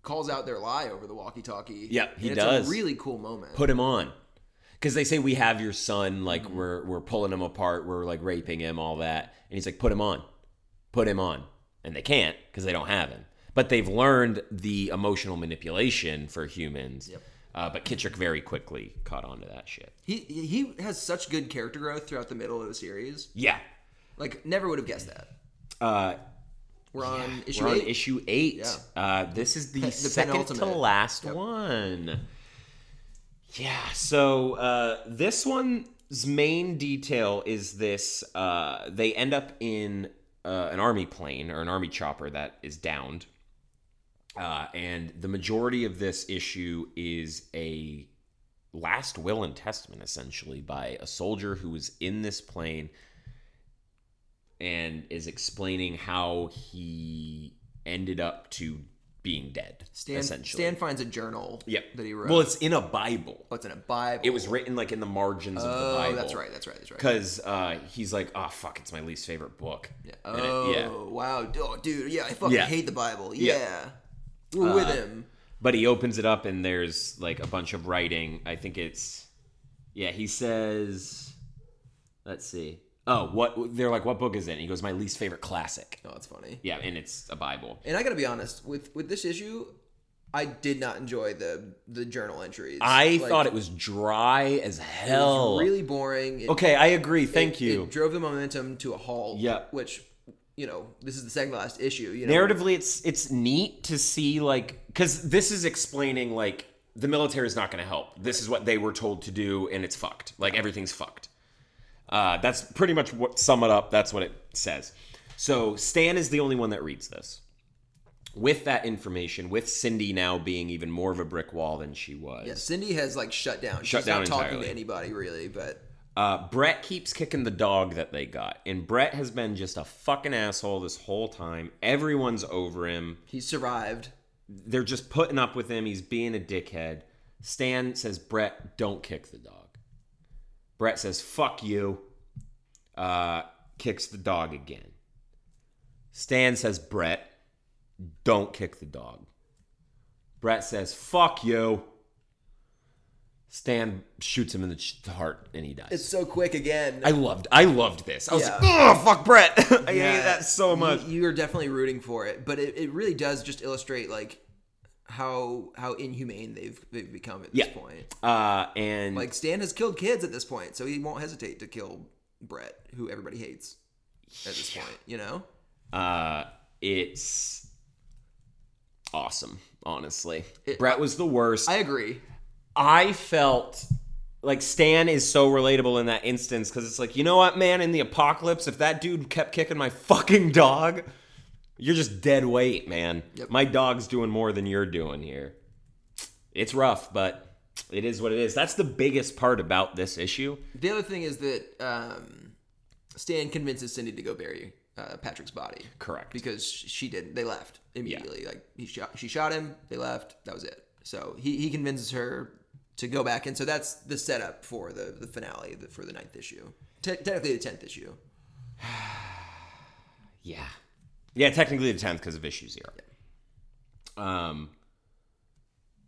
A: calls out their lie over the walkie-talkie.
B: Yep, he
A: and It's
B: does.
A: a really cool moment.
B: put him on because they say we have your son like we're we're pulling him apart we're like raping him all that and he's like put him on put him on and they can't because they don't have him but they've learned the emotional manipulation for humans
A: Yep.
B: uh, but Kittrick very quickly caught on to that shit
A: He he has such good character growth throughout the middle of the series.
B: yeah
A: Like, never would have guessed that.
B: Uh,
A: We're on issue
B: we're on
A: eight.
B: issue eight.
A: Yeah.
B: Uh, this is the,
A: the
B: second to
A: penultimate.
B: last
A: Yep.
B: one. Yeah. So uh, this one's main detail is this: uh, they end up in uh, an army plane or an army chopper that is downed, uh, and the majority of this issue is a last will and testament, essentially, by a soldier who was in this plane and is explaining how he ended up to being dead.
A: Stan,
B: essentially,
A: Stan finds a journal
B: Yep.
A: that he wrote.
B: Well, it's in a Bible.
A: What's in a Bible?
B: It was written like in the margins of
A: Oh,
B: the Bible.
A: that's right. That's right. That's right.
B: Because uh, he's like, oh fuck, it's my least favorite book. Yeah. And it-
A: Oh
B: yeah.
A: wow, D- oh, dude, yeah, I fucking
B: Yeah.
A: hate the Bible.
B: Yeah. Uh,
A: Yeah, we're with him.
B: But he opens it up and there's like a bunch of writing. I think it's yeah, he says let's see. Oh, what they're like, what book is it? And he goes, My least favorite classic.
A: Oh, that's funny.
B: Yeah, and it's a Bible.
A: And I gotta be honest with with this issue, I did not enjoy the the journal entries.
B: I
A: Like,
B: thought it was dry as
A: it was
B: hell.
A: really boring. It-
B: okay, I agree. Thank
A: it-
B: you.
A: It drove the momentum to a halt.
B: Yeah.
A: which you know, this is the second to last issue. You know,
B: narratively it's it's neat to see like because this is explaining like the military is not going to help this is what they were told to do and it's fucked like everything's fucked uh, that's pretty much what sum it up that's what it says so stan is the only one that reads this with that information with cindy now being even more of a brick wall than she was
A: Yeah, Cindy has like shut down.
B: Shut
A: She's
B: down
A: not talking
B: entirely.
A: to anybody really, but
B: Uh, Brett keeps kicking the dog that they got, and Brett has been just a fucking asshole this whole time. Everyone's over him.
A: he survived.
B: they're just putting up with him. He's being a dickhead. Stan says, Brett, don't kick the dog. Brett says, fuck you. Uh, kicks the dog again. Stan says, Brett, don't kick the dog. Brett says, fuck you. Stan shoots him in the ch- heart and he dies.
A: It's so quick again.
B: I loved I loved this. I was like,
A: Yeah.
B: oh, fuck Brett. I
A: Yeah,
B: hate that so much.
A: You, are definitely rooting for it, but it, it really does just illustrate like how how inhumane they've they've become at this
B: Yeah.
A: point.
B: Uh, and
A: Like Stan has killed kids at this point, so he won't hesitate to kill Brett, who everybody hates at this point. You know,
B: uh, it's awesome honestly brett was the worst
A: I
B: I,
A: agree.
B: felt like stan is so relatable in that instance because it's like you know what man in the apocalypse if that dude kept kicking my fucking dog you're just dead weight man
A: Yep.
B: my dog's doing more than you're doing here it's rough but it is what it is that's the biggest part about this issue
A: The other thing is that um, Stan convinces Cindy to go bury uh, Patrick's body
B: correct
A: because she didn't. They left immediately. Like he shot, she shot him. They left. That was it. So he, he convinces her to go back, and so that's the setup for the the finale the, for the ninth issue. Te- technically, the tenth issue.
B: Yeah. Yeah, technically the 10th because of issue zero. Um,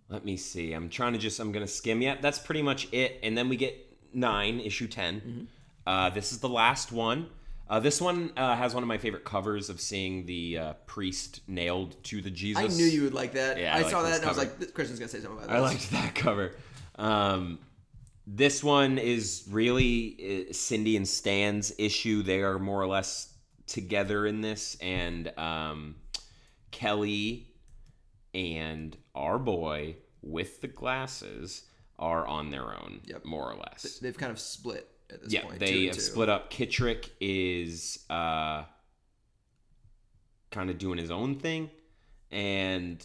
B: let me see. I'm trying to just, I'm going to skim. Yeah, that's pretty much it. And then we get nine, issue 10.
A: Mm-hmm.
B: Uh, this is the last one. Uh, this one uh, has one of my favorite covers of seeing the uh, priest nailed to the Jesus.
A: I knew you would like that.
B: Yeah, I
A: I,
B: like
A: saw
B: this
A: that, and I was
B: cover.
A: like, "This- Christian's gonna say something about
B: I
A: this.
B: liked that cover. Um, this one is really uh, Cindy and Stan's issue. They are more or less together in this, and um, Kelly and our boy with the glasses are on their own,
A: Yep.
B: more or less.
A: They've kind of split at this
B: Yeah,
A: point. two
B: they
A: and
B: have
A: two.
B: split up. Kittrick is uh, kind of doing his own thing, and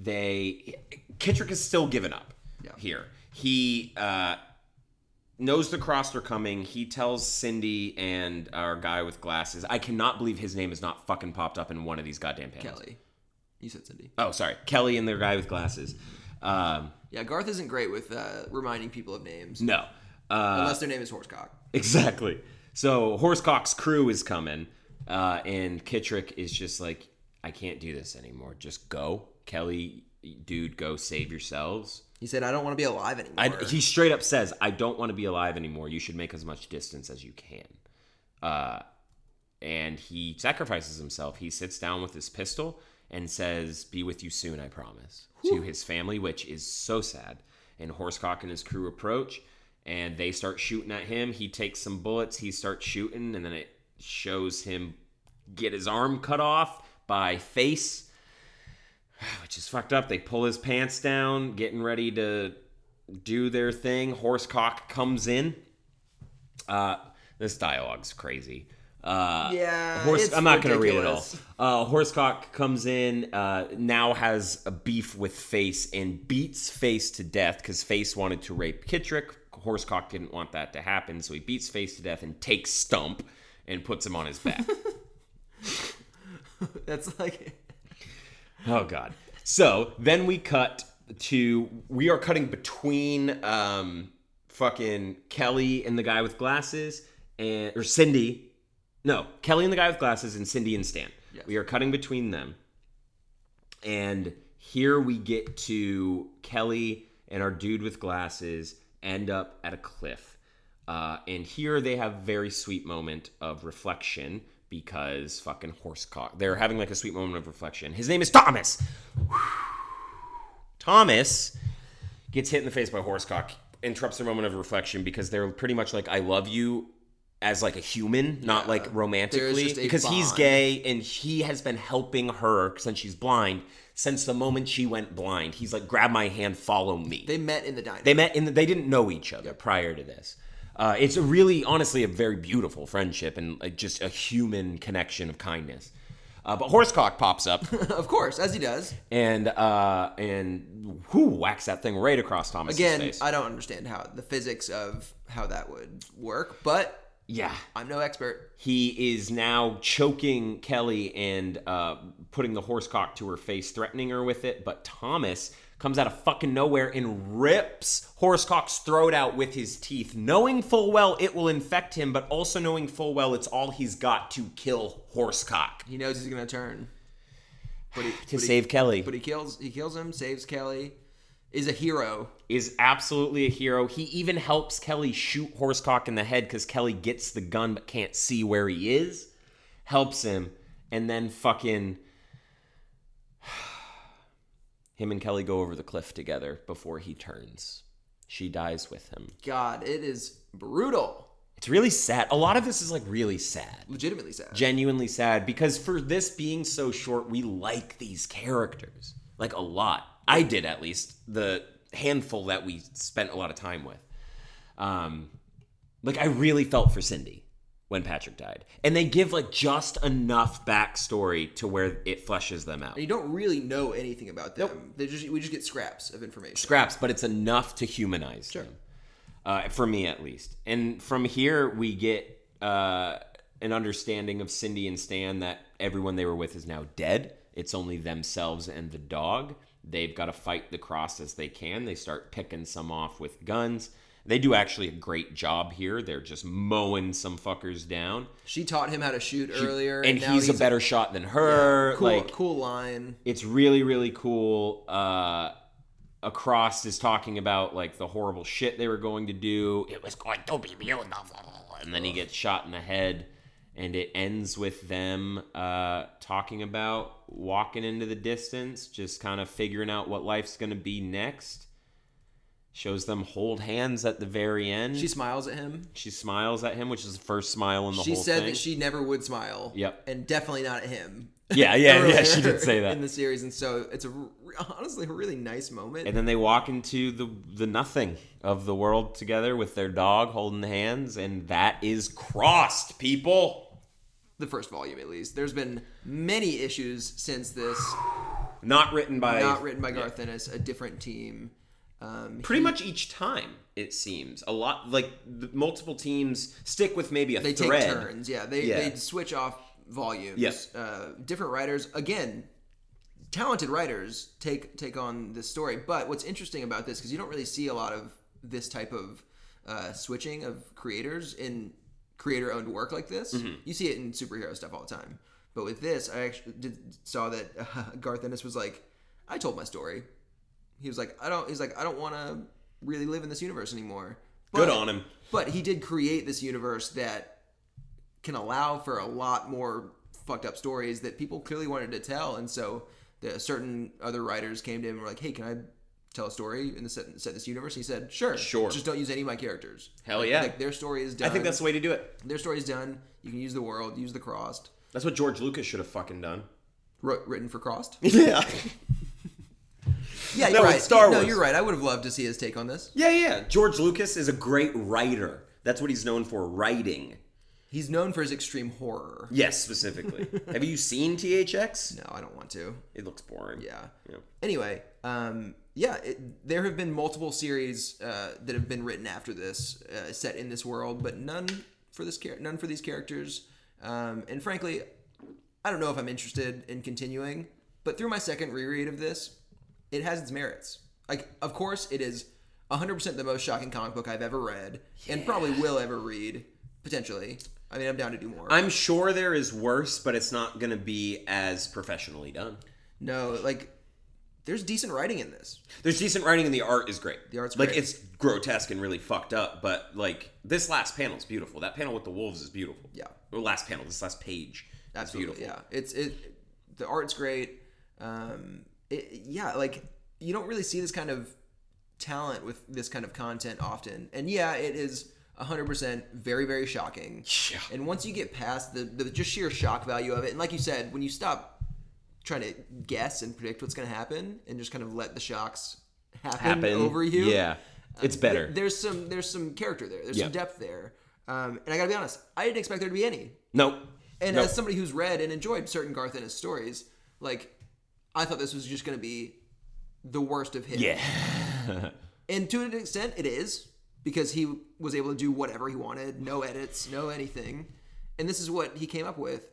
B: they Kittrick is still giving up.
A: Yeah.
B: Here, he uh, knows the cross are coming. He tells Cindy and our guy with glasses. I cannot believe his name has not fucking popped up in one of these goddamn panels.
A: Kelly, you said Cindy.
B: Oh, sorry, Kelly and their guy with glasses. Um,
A: Yeah, Garth isn't great with uh, reminding people of names
B: no. Uh,
A: unless their name is Horsecock.
B: Exactly. So Horsecock's crew is coming, uh, and Kittrick is just like, I can't do this anymore. Just go, Kelly, dude, go save yourselves.
A: He said, "I don't want to be alive anymore."
B: I, he straight up says, I don't want to be alive anymore. You should make as much distance as you can. Uh, and he sacrifices himself. He sits down with his pistol and says, Be with you soon, I promise, to his family, which is so sad. And Horsecock and his crew approach and they start shooting at him. He takes some bullets, he starts shooting, and then it shows him get his arm cut off by face, which is fucked up. They pull his pants down, getting ready to do their thing. Horsecock comes in. Uh, this dialogue's crazy. Uh,
A: Yeah,
B: horse.
A: it's
B: I'm not going to read it all.
A: ridiculous.
B: Uh, Horsecock comes in, uh, now has a beef with Face and beats Face to death because Face wanted to rape Kittrick. Horsecock didn't want that to happen, so he beats Face to death and takes Stump and puts him on his back.
A: That's like
B: Oh God. So then we cut to we are cutting between um fucking Kelly and the guy with glasses and or Cindy. No, Kelly and the guy with glasses and Cindy and Stan.
A: Yes.
B: We are cutting between them. And here we get to Kelly and our dude with glasses end up at a cliff. Uh, and here they have very sweet moment of reflection because fucking horsecock. They're having like a sweet moment of reflection. His name is Thomas. Thomas gets hit in the face by horsecock, interrupts their moment of reflection because they're pretty much like, I love you as like a human, not like romantically.
A: just a
B: Because he's
A: bond.
B: gay and he has been helping her since she's blind, since the moment she went blind. He's like, grab my hand, follow me.
A: they met in the diner.
B: They met in the, they didn't know each other prior to this. Uh, it's a really, honestly, a very beautiful friendship and like, just a human connection of kindness. Uh, but Horsecock pops up
A: of course, as he does.
B: and uh, and whoo whacks that thing right across Thomas's
A: Again,
B: face.
A: I don't understand how the physics of how that would work, but
B: yeah,
A: I'm no expert.
B: he is now choking Kelly and uh, putting the horsecock to her face, threatening her with it. But Thomas comes out of fucking nowhere and rips horsecock's throat out with his teeth, knowing full well it will infect him, but also knowing full well it's all he's got to kill horsecock
A: He knows he's gonna turn. But he,
B: to
A: but he-
B: save Kelly.
A: but he kills. He kills him. Saves Kelly. Is a hero.
B: is absolutely a hero. He even helps Kelly shoot Horsecock in the head because Kelly gets the gun but can't see where he is. Helps him, and then fucking him and Kelly go over the cliff together before he turns. She dies with him.
A: God, it is brutal.
B: It's really sad. A lot of this is like really sad.
A: Legitimately sad.
B: Genuinely sad because for this being so short, we like these characters. Like a lot. I did at least. The handful that we spent a lot of time with. Um, like I really felt for Cindy when Patrick died. And they give like just enough backstory to where it fleshes them out.
A: And you don't really know anything about them. They just we just get scraps of information.
B: scraps, but it's enough to humanize
A: Sure.
B: them. Uh, for me, at least. And from here, we get uh, an understanding of Cindy and Stan that everyone they were with is now dead. It's only themselves and the dog. They've got to fight the cross as they can. They start picking some off with guns. They do actually a great job here. They're just mowing some fuckers down.
A: She taught him how to shoot earlier,
B: And
A: now
B: he's, a better shot than her.
A: cool,
B: like,
A: cool line.
B: it's really really cool uh across is talking about like the horrible shit they were going to do it was going to be beautiful and then he gets shot in the head and it ends with them uh talking about walking into the distance just kind of figuring out what life's going to be next shows them hold hands at the very end
A: She smiles at him.
B: she smiles at him which is the first smile in the
A: She
B: whole
A: said
B: thing
A: that she never would smile.
B: Yep.
A: And definitely not at him.
B: yeah yeah yeah
A: earlier
B: she did say that
A: in the series, and so it's a re- honestly a really nice moment.
B: And then they walk into the the nothing of the world together with their dog holding hands, and that is crossed, people.
A: the first volume, at least, there's been many issues since this.
B: Not written by
A: Not written by Garth Ennis, a different team. Um,
B: Pretty much each time it seems a lot like the multiple teams stick with maybe a
A: they take
B: thread.
A: turns. Yeah, they
B: Yeah.
A: they switch off volumes.
B: Yes.
A: Uh, different writers again. Talented writers take take on this story, but what's interesting about this because you don't really see a lot of this type of uh, switching of creators in creator owned work like this.
B: Mm-hmm.
A: You see it in superhero stuff all the time, but with this, I actually did, saw that uh, Garth Ennis was like, "I told my story." He was like, "I don't." He's like, "I don't want to really live in this universe anymore."
B: Good
A: But-
B: on him.
A: but he did create this universe that can allow for a lot more fucked up stories that people clearly wanted to tell. And so the certain other writers came to him and were like, hey, can I tell a story in the set, set in this universe?" He said, "Sure,
B: Sure.
A: Just don't use any of my characters."
B: Hell
A: Like-
B: yeah.
A: Like their story is done.
B: I think that's the way to do it.
A: their story is done. You can use the world, use the crossed,
B: That's what George Lucas should have fucking done.
A: wrote, written for crossed.
B: Yeah.
A: Yeah,
B: No,
A: you're
B: with
A: right.
B: Star
A: No,
B: Wars.
A: you're right. I would have loved to see his take on this.
B: yeah, yeah. George Lucas is a great writer. That's what he's known for, writing.
A: He's known for his extreme horror.
B: Yes, specifically. have you seen THX?
A: No, I don't want to.
B: It looks boring.
A: Yeah.
B: Yeah.
A: Anyway, um, yeah, it, there have been multiple series uh, that have been written after this, uh, set in this world, but none for this char- none for these characters. Um, and frankly, I don't know if I'm interested in continuing. But through my second reread of this, it has its merits. Like, of course, it is 100% the most shocking comic book I've ever read, and probably will ever read potentially. I mean, I'm down to do more.
B: I'm sure there is worse, but it's not going to be as professionally done.
A: no, like, there's decent writing in this.
B: There's decent writing and the art is great.
A: The art's
B: like
A: great.
B: it's grotesque and really fucked up, but like this last panel is beautiful. That panel with the wolves is beautiful.
A: Yeah.
B: The last panel, this last page. That's
A: Absolutely,
B: beautiful.
A: Yeah, it's it. The art's great. Um, it, yeah, like you don't really see this kind of talent with this kind of content often. And yeah, it is 100% very very shocking.
B: Yeah.
A: And once you get past the, the just sheer shock value of it, and like you said, when you stop trying to guess and predict what's going to happen, and just kind of let the shocks happen,
B: Happen
A: over you,
B: Yeah. It's better.
A: th- there's some there's some character there. There's
B: Yeah.
A: some depth there. Um, and I gotta be honest, I didn't expect there to be any.
B: no.
A: And
B: No.
A: as somebody who's read and enjoyed certain Garth Ennis stories, like I thought this was just going to be the worst of him.
B: Yeah.
A: And to an extent, it is because he was able to do whatever he wanted, no edits, no anything, and this is what he came up with.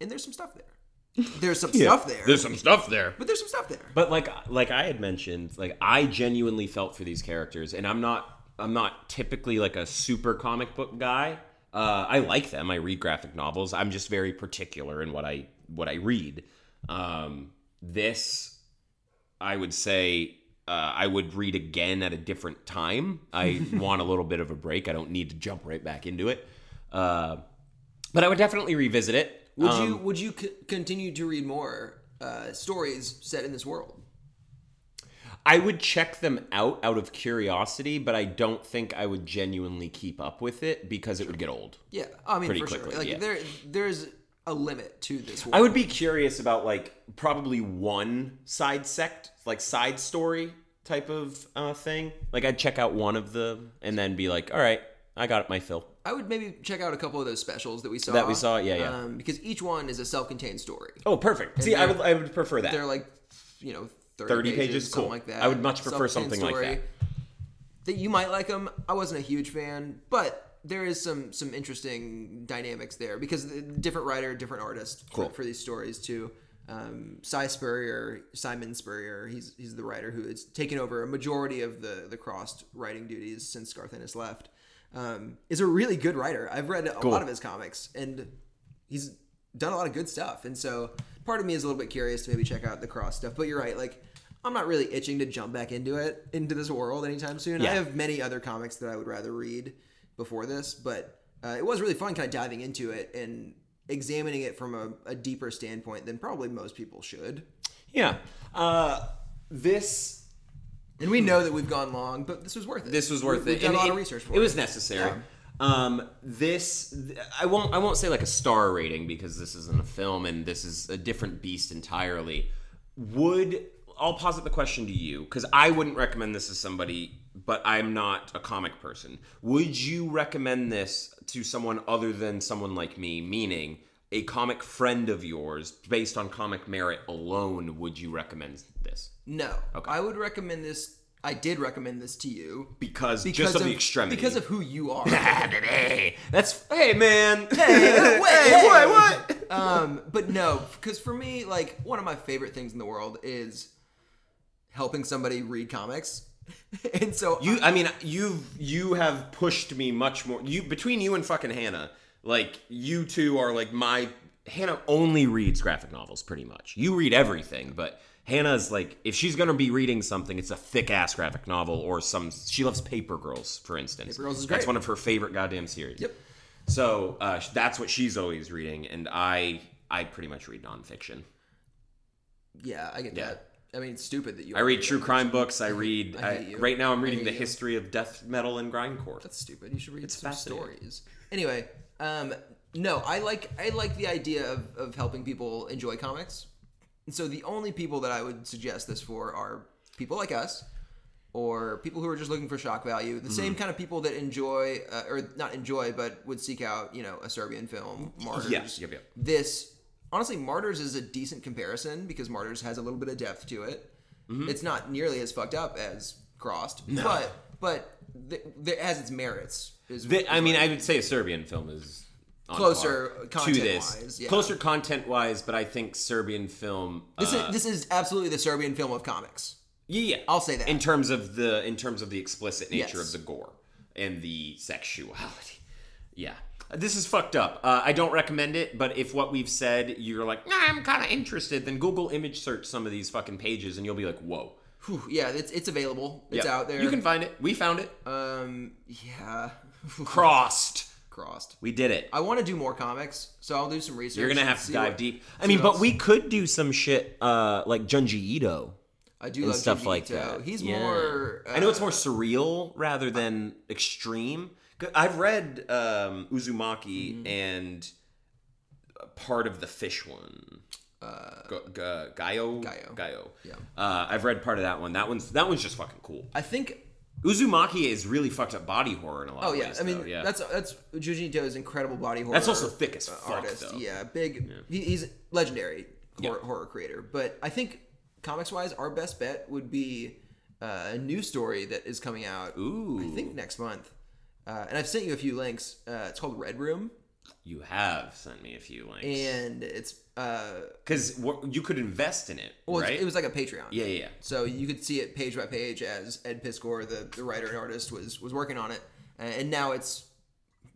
A: And there's some stuff there. There's some stuff there.
B: There's some stuff there.
A: but there's some stuff there.
B: But like like I had mentioned, like I genuinely felt for these characters, and I'm not I'm not typically like a super comic book guy. Uh, I like them. I read graphic novels. I'm just very particular in what I what I read. Um, this I would say uh, I would read again at a different time. I want a little bit of a break. I don't need to jump right back into it. Uh, but I would definitely revisit it.
A: Would
B: Um,
A: you would you c- continue to read more uh, stories set in this world?
B: I would check them out out of curiosity, but I don't think I would genuinely keep up with it because it would get old.
A: Yeah, I mean
B: Pretty
A: for
B: quickly,
A: sure. Like
B: yeah.
A: there there's a limit to this world.
B: I would be curious about like probably one side sect, like side story type of uh, thing. Like I'd check out one of them and then be like, "All right, I got my fill."
A: I would maybe check out a couple of those specials that we saw.
B: That we saw, yeah, yeah.
A: Um, because each one is a self-contained story.
B: Oh, perfect. See, I would I would prefer that.
A: They're like, you know, thirty,
B: 30
A: pages,
B: pages?
A: something
B: Cool.
A: like that.
B: I would much prefer
A: Self-contained
B: something like
A: story. That you might like them. I wasn't a huge fan, but there is some some interesting dynamics there because the different writer, different artist for-
B: Cool.
A: for, these stories too. Um, Cy Spurrier, Simon Spurrier, he's he's the writer who has taken over a majority of the the crossed writing duties since Garth Ennis left. Um, is a really good writer. I've read a lot of his comics, and he's done a lot of good stuff. And so part of me is a little bit curious to maybe check out the cross stuff. But you're right, like I'm not really itching to jump back into it, into this world anytime soon.
B: Yeah.
A: I have many other comics that I would rather read before this, but uh, it was really fun kind of diving into it and examining it from a, a deeper standpoint than probably most people should.
B: yeah. Uh, this
A: And we know that we've gone long, but this was worth it.
B: Hmm. this was worth
A: We-
B: it.
A: we've done
B: And
A: a lot
B: it-
A: of research for
B: it was necessary.
A: Yeah.
B: Um, this th- I won't I won't say like a star rating because this isn't a film and this is a different beast entirely. Would I'll posit the question to you because I wouldn't recommend this to somebody, but I'm not a comic person. Would you recommend this to someone other than someone like me? Meaning. A comic friend of yours, based on comic merit alone, would you recommend this?
A: No, I would recommend this. I did recommend this to you
B: Because, just of, the extremity.
A: because of who you are.
B: That's hey man.
A: Hey, what,
B: what, what?
A: um, but no, because for me, like one of my favorite things in the world is helping somebody read comics, and so
B: You I mean you've you have pushed me much more. You between you and fucking Hannah, like you two are like my Hannah only reads graphic novels pretty much. You read everything, but Hannah's like if she's gonna be reading something, it's a thick ass graphic novel or some she loves Paper Girls, for instance.
A: Paper Girls is
B: That's
A: great.
B: one of her favorite goddamn series.
A: Yep.
B: So uh, that's what she's always reading, and I I pretty much read nonfiction.
A: yeah, I get
B: Yeah.
A: that. I mean, it's stupid that you.
B: I
A: are
B: read
A: doing
B: true
A: that.
B: crime books. I read.
A: I hate
B: I-
A: you.
B: right now, I'm reading
A: hate
B: the
A: you.
B: history of death metal and grindcore.
A: That's stupid. You should read some
B: fascinating.
A: stories. Anyway, um, no, I like I like the idea of, of helping people enjoy comics. And so the only people that I would suggest this for are people like us, or people who are just looking for shock value. The
B: Mm-hmm.
A: same kind of people that enjoy, uh, or not enjoy, but would seek out, you know, a Serbian film, Martyrs.
B: Yeah, yep, yep.
A: This honestly, Martyrs is a decent comparison because Martyrs has a little bit of depth to it.
B: Mm-hmm.
A: It's not nearly as fucked up as Crossed, but but th- th- it has its merits. Is,
B: The- I mean, I would say a Serbian film is on
A: Closer
B: par
A: content-wise, yeah.
B: Closer content wise, but I think Serbian film. Uh,
A: this, is, this is absolutely the Serbian film of comics.
B: yeah, yeah.
A: I'll say that.
B: in terms of the in terms of the explicit nature
A: Yes.
B: of the gore and the sexuality. Yeah. This is fucked up. Uh, I don't recommend it, but if what we've said you're like, nah, I'm kind of interested, then Google image search some of these fucking pages and you'll be like, whoa.
A: Whew, yeah, it's it's available. It's
B: Yeah.
A: out there.
B: You can find it. We found it.
A: um, yeah,
B: Crossed.
A: Crossed.
B: We did it.
A: I want to do more comics, so I'll do some research.
B: You're gonna
A: and
B: have to
A: see
B: dive
A: what-
B: deep. I mean,
A: else?
B: but we could do some shit uh, like Junji Ito
A: I do
B: and
A: love
B: stuff
A: Junji
B: like
A: Ito.
B: that.
A: He's
B: Yeah.
A: more. Uh,
B: I know it's more surreal rather than extreme. 'Cause I've read um, Uzumaki
A: Mm-hmm.
B: and part of the fish one. Uh, G- G- Gaio.
A: Gaio.
B: Gaio.
A: Yeah.
B: Uh, I've read part of that one. That one's that one's just fucking cool.
A: uh, I think
B: Uzumaki is really fucked up body horror in a lot
A: Oh
B: of
A: yeah,
B: ways.
A: I mean
B: though, yeah.
A: that's that's Junji Ito's incredible body horror.
B: That's also thick as
A: uh,
B: fuck, though.
A: Yeah, big. He, he's legendary horror,
B: Yeah.
A: horror creator. But I think comics wise, our best bet would be uh, a new story that is coming out.
B: Ooh.
A: I think next month. Uh, and I've sent you a few links. Uh, it's called Red Room,
B: you have sent me a few links
A: and it's uh,
B: because you could invest in it,
A: well,
B: right?
A: it was like a Patreon.
B: yeah, yeah, yeah.
A: So you could see it page by page as Ed Piskor, the, the writer and artist, was was working on it, uh, and now it's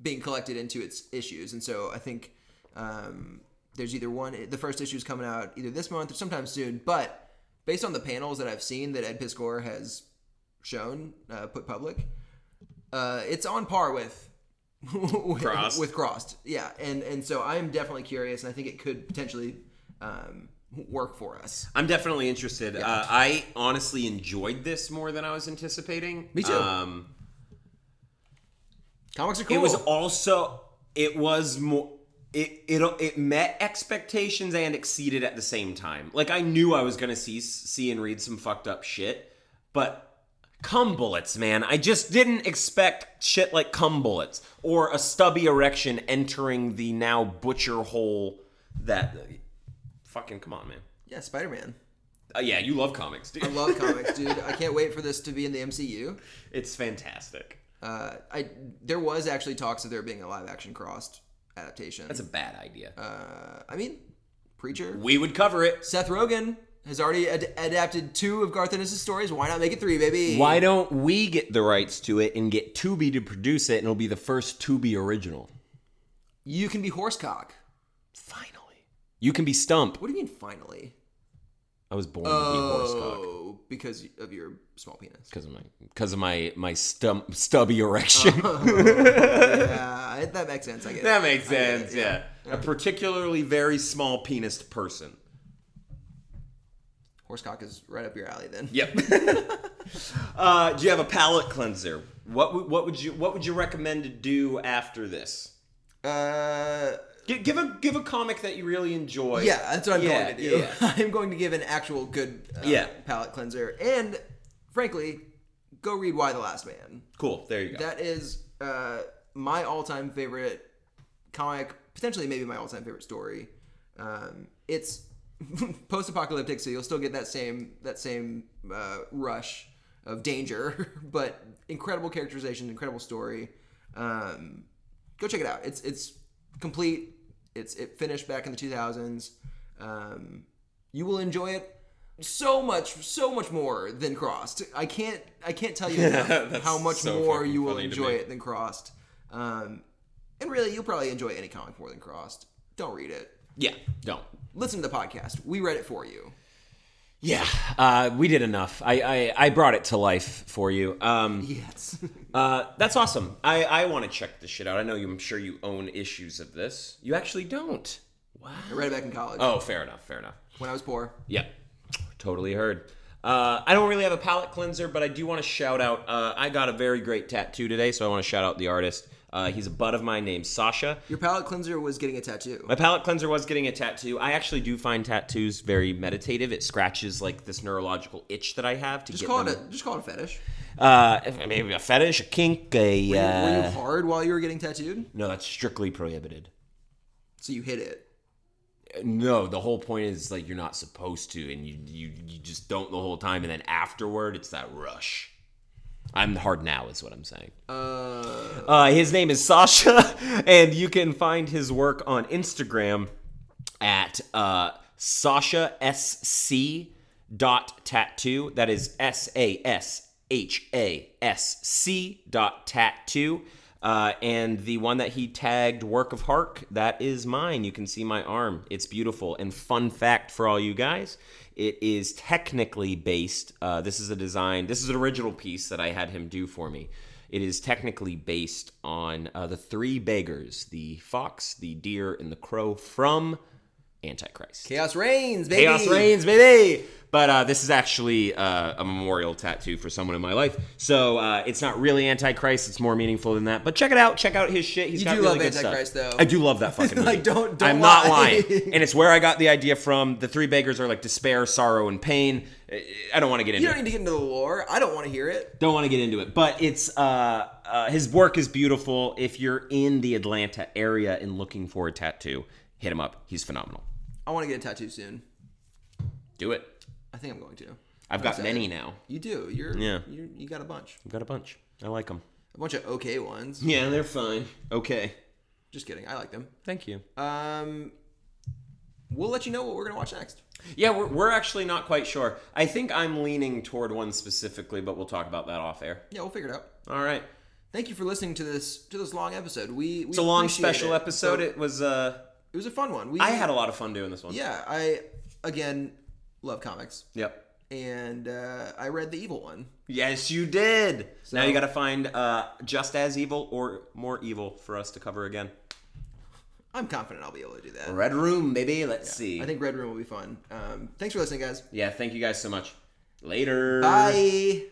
A: being collected into its issues. And so I think um, there's either one, the first issue's coming out either this month or sometime soon. But based on the panels that I've seen that Ed Piskor has shown, uh, put public, uh, it's on par with. with,
B: Crossed.
A: with crossed yeah and and so i'm definitely curious and i think it could potentially um work for us
B: I'm definitely interested. Uh, I honestly enjoyed this more than I was anticipating.
A: Me too.
B: Um,
A: comics are cool
B: It was also it was more it it it met expectations and exceeded at the same time. Like I knew I was gonna see see and read some fucked up shit, but cum bullets, man. I just didn't expect shit like cum bullets or a stubby erection entering the now butcher hole. That fucking come on, man.
A: yeah spider-man
B: Uh, yeah, you love comics, dude.
A: I love comics, dude. I can't wait for this to be in the MCU.
B: it's fantastic.
A: Uh, I there was actually talks of there being a live action crossed adaptation.
B: That's a bad idea.
A: uh, I mean, Preacher.
B: we would cover it.
A: Seth Rogen has already ad- adapted two of Garth Ennis' stories. Why not make it three, baby?
B: Why don't we get the rights to it and get Tubi to produce it, and it'll be the first Tubi original?
A: You can be horsecock.
B: Finally, you can be Stump.
A: What do you mean finally?
B: I was born to be horsecock
A: Oh, because of your small penis.
B: because of my because of my my stump stubby erection.
A: Yeah, I- that makes sense. I get it.
B: that makes sense. Uh-huh. Yeah. a particularly very small penised person.
A: Horsecock is right up your alley then.
B: Yep. uh, do you have a palate cleanser? What would what would you what would you recommend to do after this?
A: Uh,
B: Gi- Give a give a comic that you really enjoy.
A: Yeah, that's what I'm
B: Yeah,
A: going to do.
B: yeah.
A: I'm going to give an actual good uh,
B: Yeah.
A: palate cleanser, and frankly, go read Why the Last Man.
B: Cool. There you go.
A: That is uh, my all-time favorite comic, potentially maybe my all-time favorite story. Um, it's post-apocalyptic, so you'll still get that same that same uh, rush of danger, but incredible characterization, incredible story. Um, go check it out. It's it's complete. It's it finished back in the 2000s. Um, you will enjoy it so much, so much more than Crossed. I can't I can't tell you enough
B: That's
A: how much
B: so
A: more
B: fucking
A: you will
B: funny to
A: enjoy
B: me.
A: it than Crossed. Um, and really, you'll probably enjoy any comic more than Crossed. Don't read it.
B: yeah. Don't.
A: Listen to the podcast. We read it for you.
B: Yeah, uh, we did enough. I, I, I brought it to life for you. Um,
A: Yes.
B: uh, that's awesome. I, I want to check this shit out. I know you, I'm sure you own issues of this. You actually don't. Wow.
A: I read it back in college
B: Oh, fair enough. Fair enough.
A: when I was poor.
B: Yeah. Totally heard. Uh, I don't really have a palette cleanser, but I do want to shout out. Uh, I got a very great tattoo today, so I want to shout out the artist. Uh, he's a bud of mine named Sasha.
A: Your palate cleanser was getting a tattoo.
B: My palate cleanser was getting a tattoo. I actually do find tattoos very meditative. It scratches like this neurological itch that I have to
A: Just
B: get
A: call it
B: them.
A: a just call it a fetish.
B: Uh, maybe a fetish, a kink, a.
A: Were you
B: Uh,
A: hard while you were getting tattooed?
B: no, that's strictly prohibited.
A: So you hit it.
B: No, the whole point is like you're not supposed to, and you you you just don't the whole time, and then afterward, it's that rush. I'm hard now, is what I'm saying.
A: Uh,
B: Uh, his name is Sasha, and you can find his work on Instagram at uh, Sasha S C dot tattoo. That is S A S H A S C dot tattoo. Uh, and the one that he tagged "Work of Hark" that is mine. You can see my arm; it's beautiful. And fun fact for all you guys, it is technically based. Uh, this is a design. This is an original piece that I had him do for me. It is technically based on uh, the three beggars: the fox, the deer, and the crow from Antichrist.
A: chaos reigns, baby.
B: Chaos reigns, baby. But uh, this is actually uh, a memorial tattoo for someone in my life, so uh, it's not really Antichrist. It's more meaningful than that. But check it out. Check out his shit. He's
A: You
B: got
A: do
B: really
A: love
B: good stuff.
A: Antichrist, though.
B: I do love that fucking movie.
A: Like, don't- don't
B: I'm not
A: lie.
B: lying, and it's where I got the idea from. The three beggars are like despair, sorrow, and pain. I- I don't want to get into.
A: You
B: it
A: don't need to get into the lore. I don't want to hear it.
B: don't want to get into it but it's uh, uh his work is beautiful if you're in the atlanta area and looking for a tattoo hit him up he's phenomenal
A: I want to get a tattoo soon.
B: do it
A: I think I'm going to.
B: i've got many now
A: You do. You're
B: Yeah.
A: You're, you got a bunch.
B: i've got a bunch i like them
A: A bunch of okay ones.
B: yeah they're fine okay Uh,
A: Just kidding. I like them.
B: thank you
A: Um, we'll let you know what we're gonna watch next.
B: yeah we're, we're actually not quite sure i think i'm leaning toward one specifically but we'll talk about that off air
A: Yeah, we'll figure it out.
B: all right
A: Thank you for listening to this to this long episode. We, we
B: it's a long
A: appreciate
B: special
A: it.
B: episode
A: So,
B: it was uh
A: it was a fun one. We
B: i had a lot of fun doing this one
A: yeah. I again love comics,
B: yep
A: and uh, I read the evil one.
B: Yes, you did. now you got to find uh, just as evil or more evil for us to cover again.
A: I'm confident I'll be able to do that.
B: Red Room, baby. Let's see.
A: I think Red Room will be fun. Um, thanks for listening, guys.
B: yeah, thank you guys so much. Later.
A: Bye.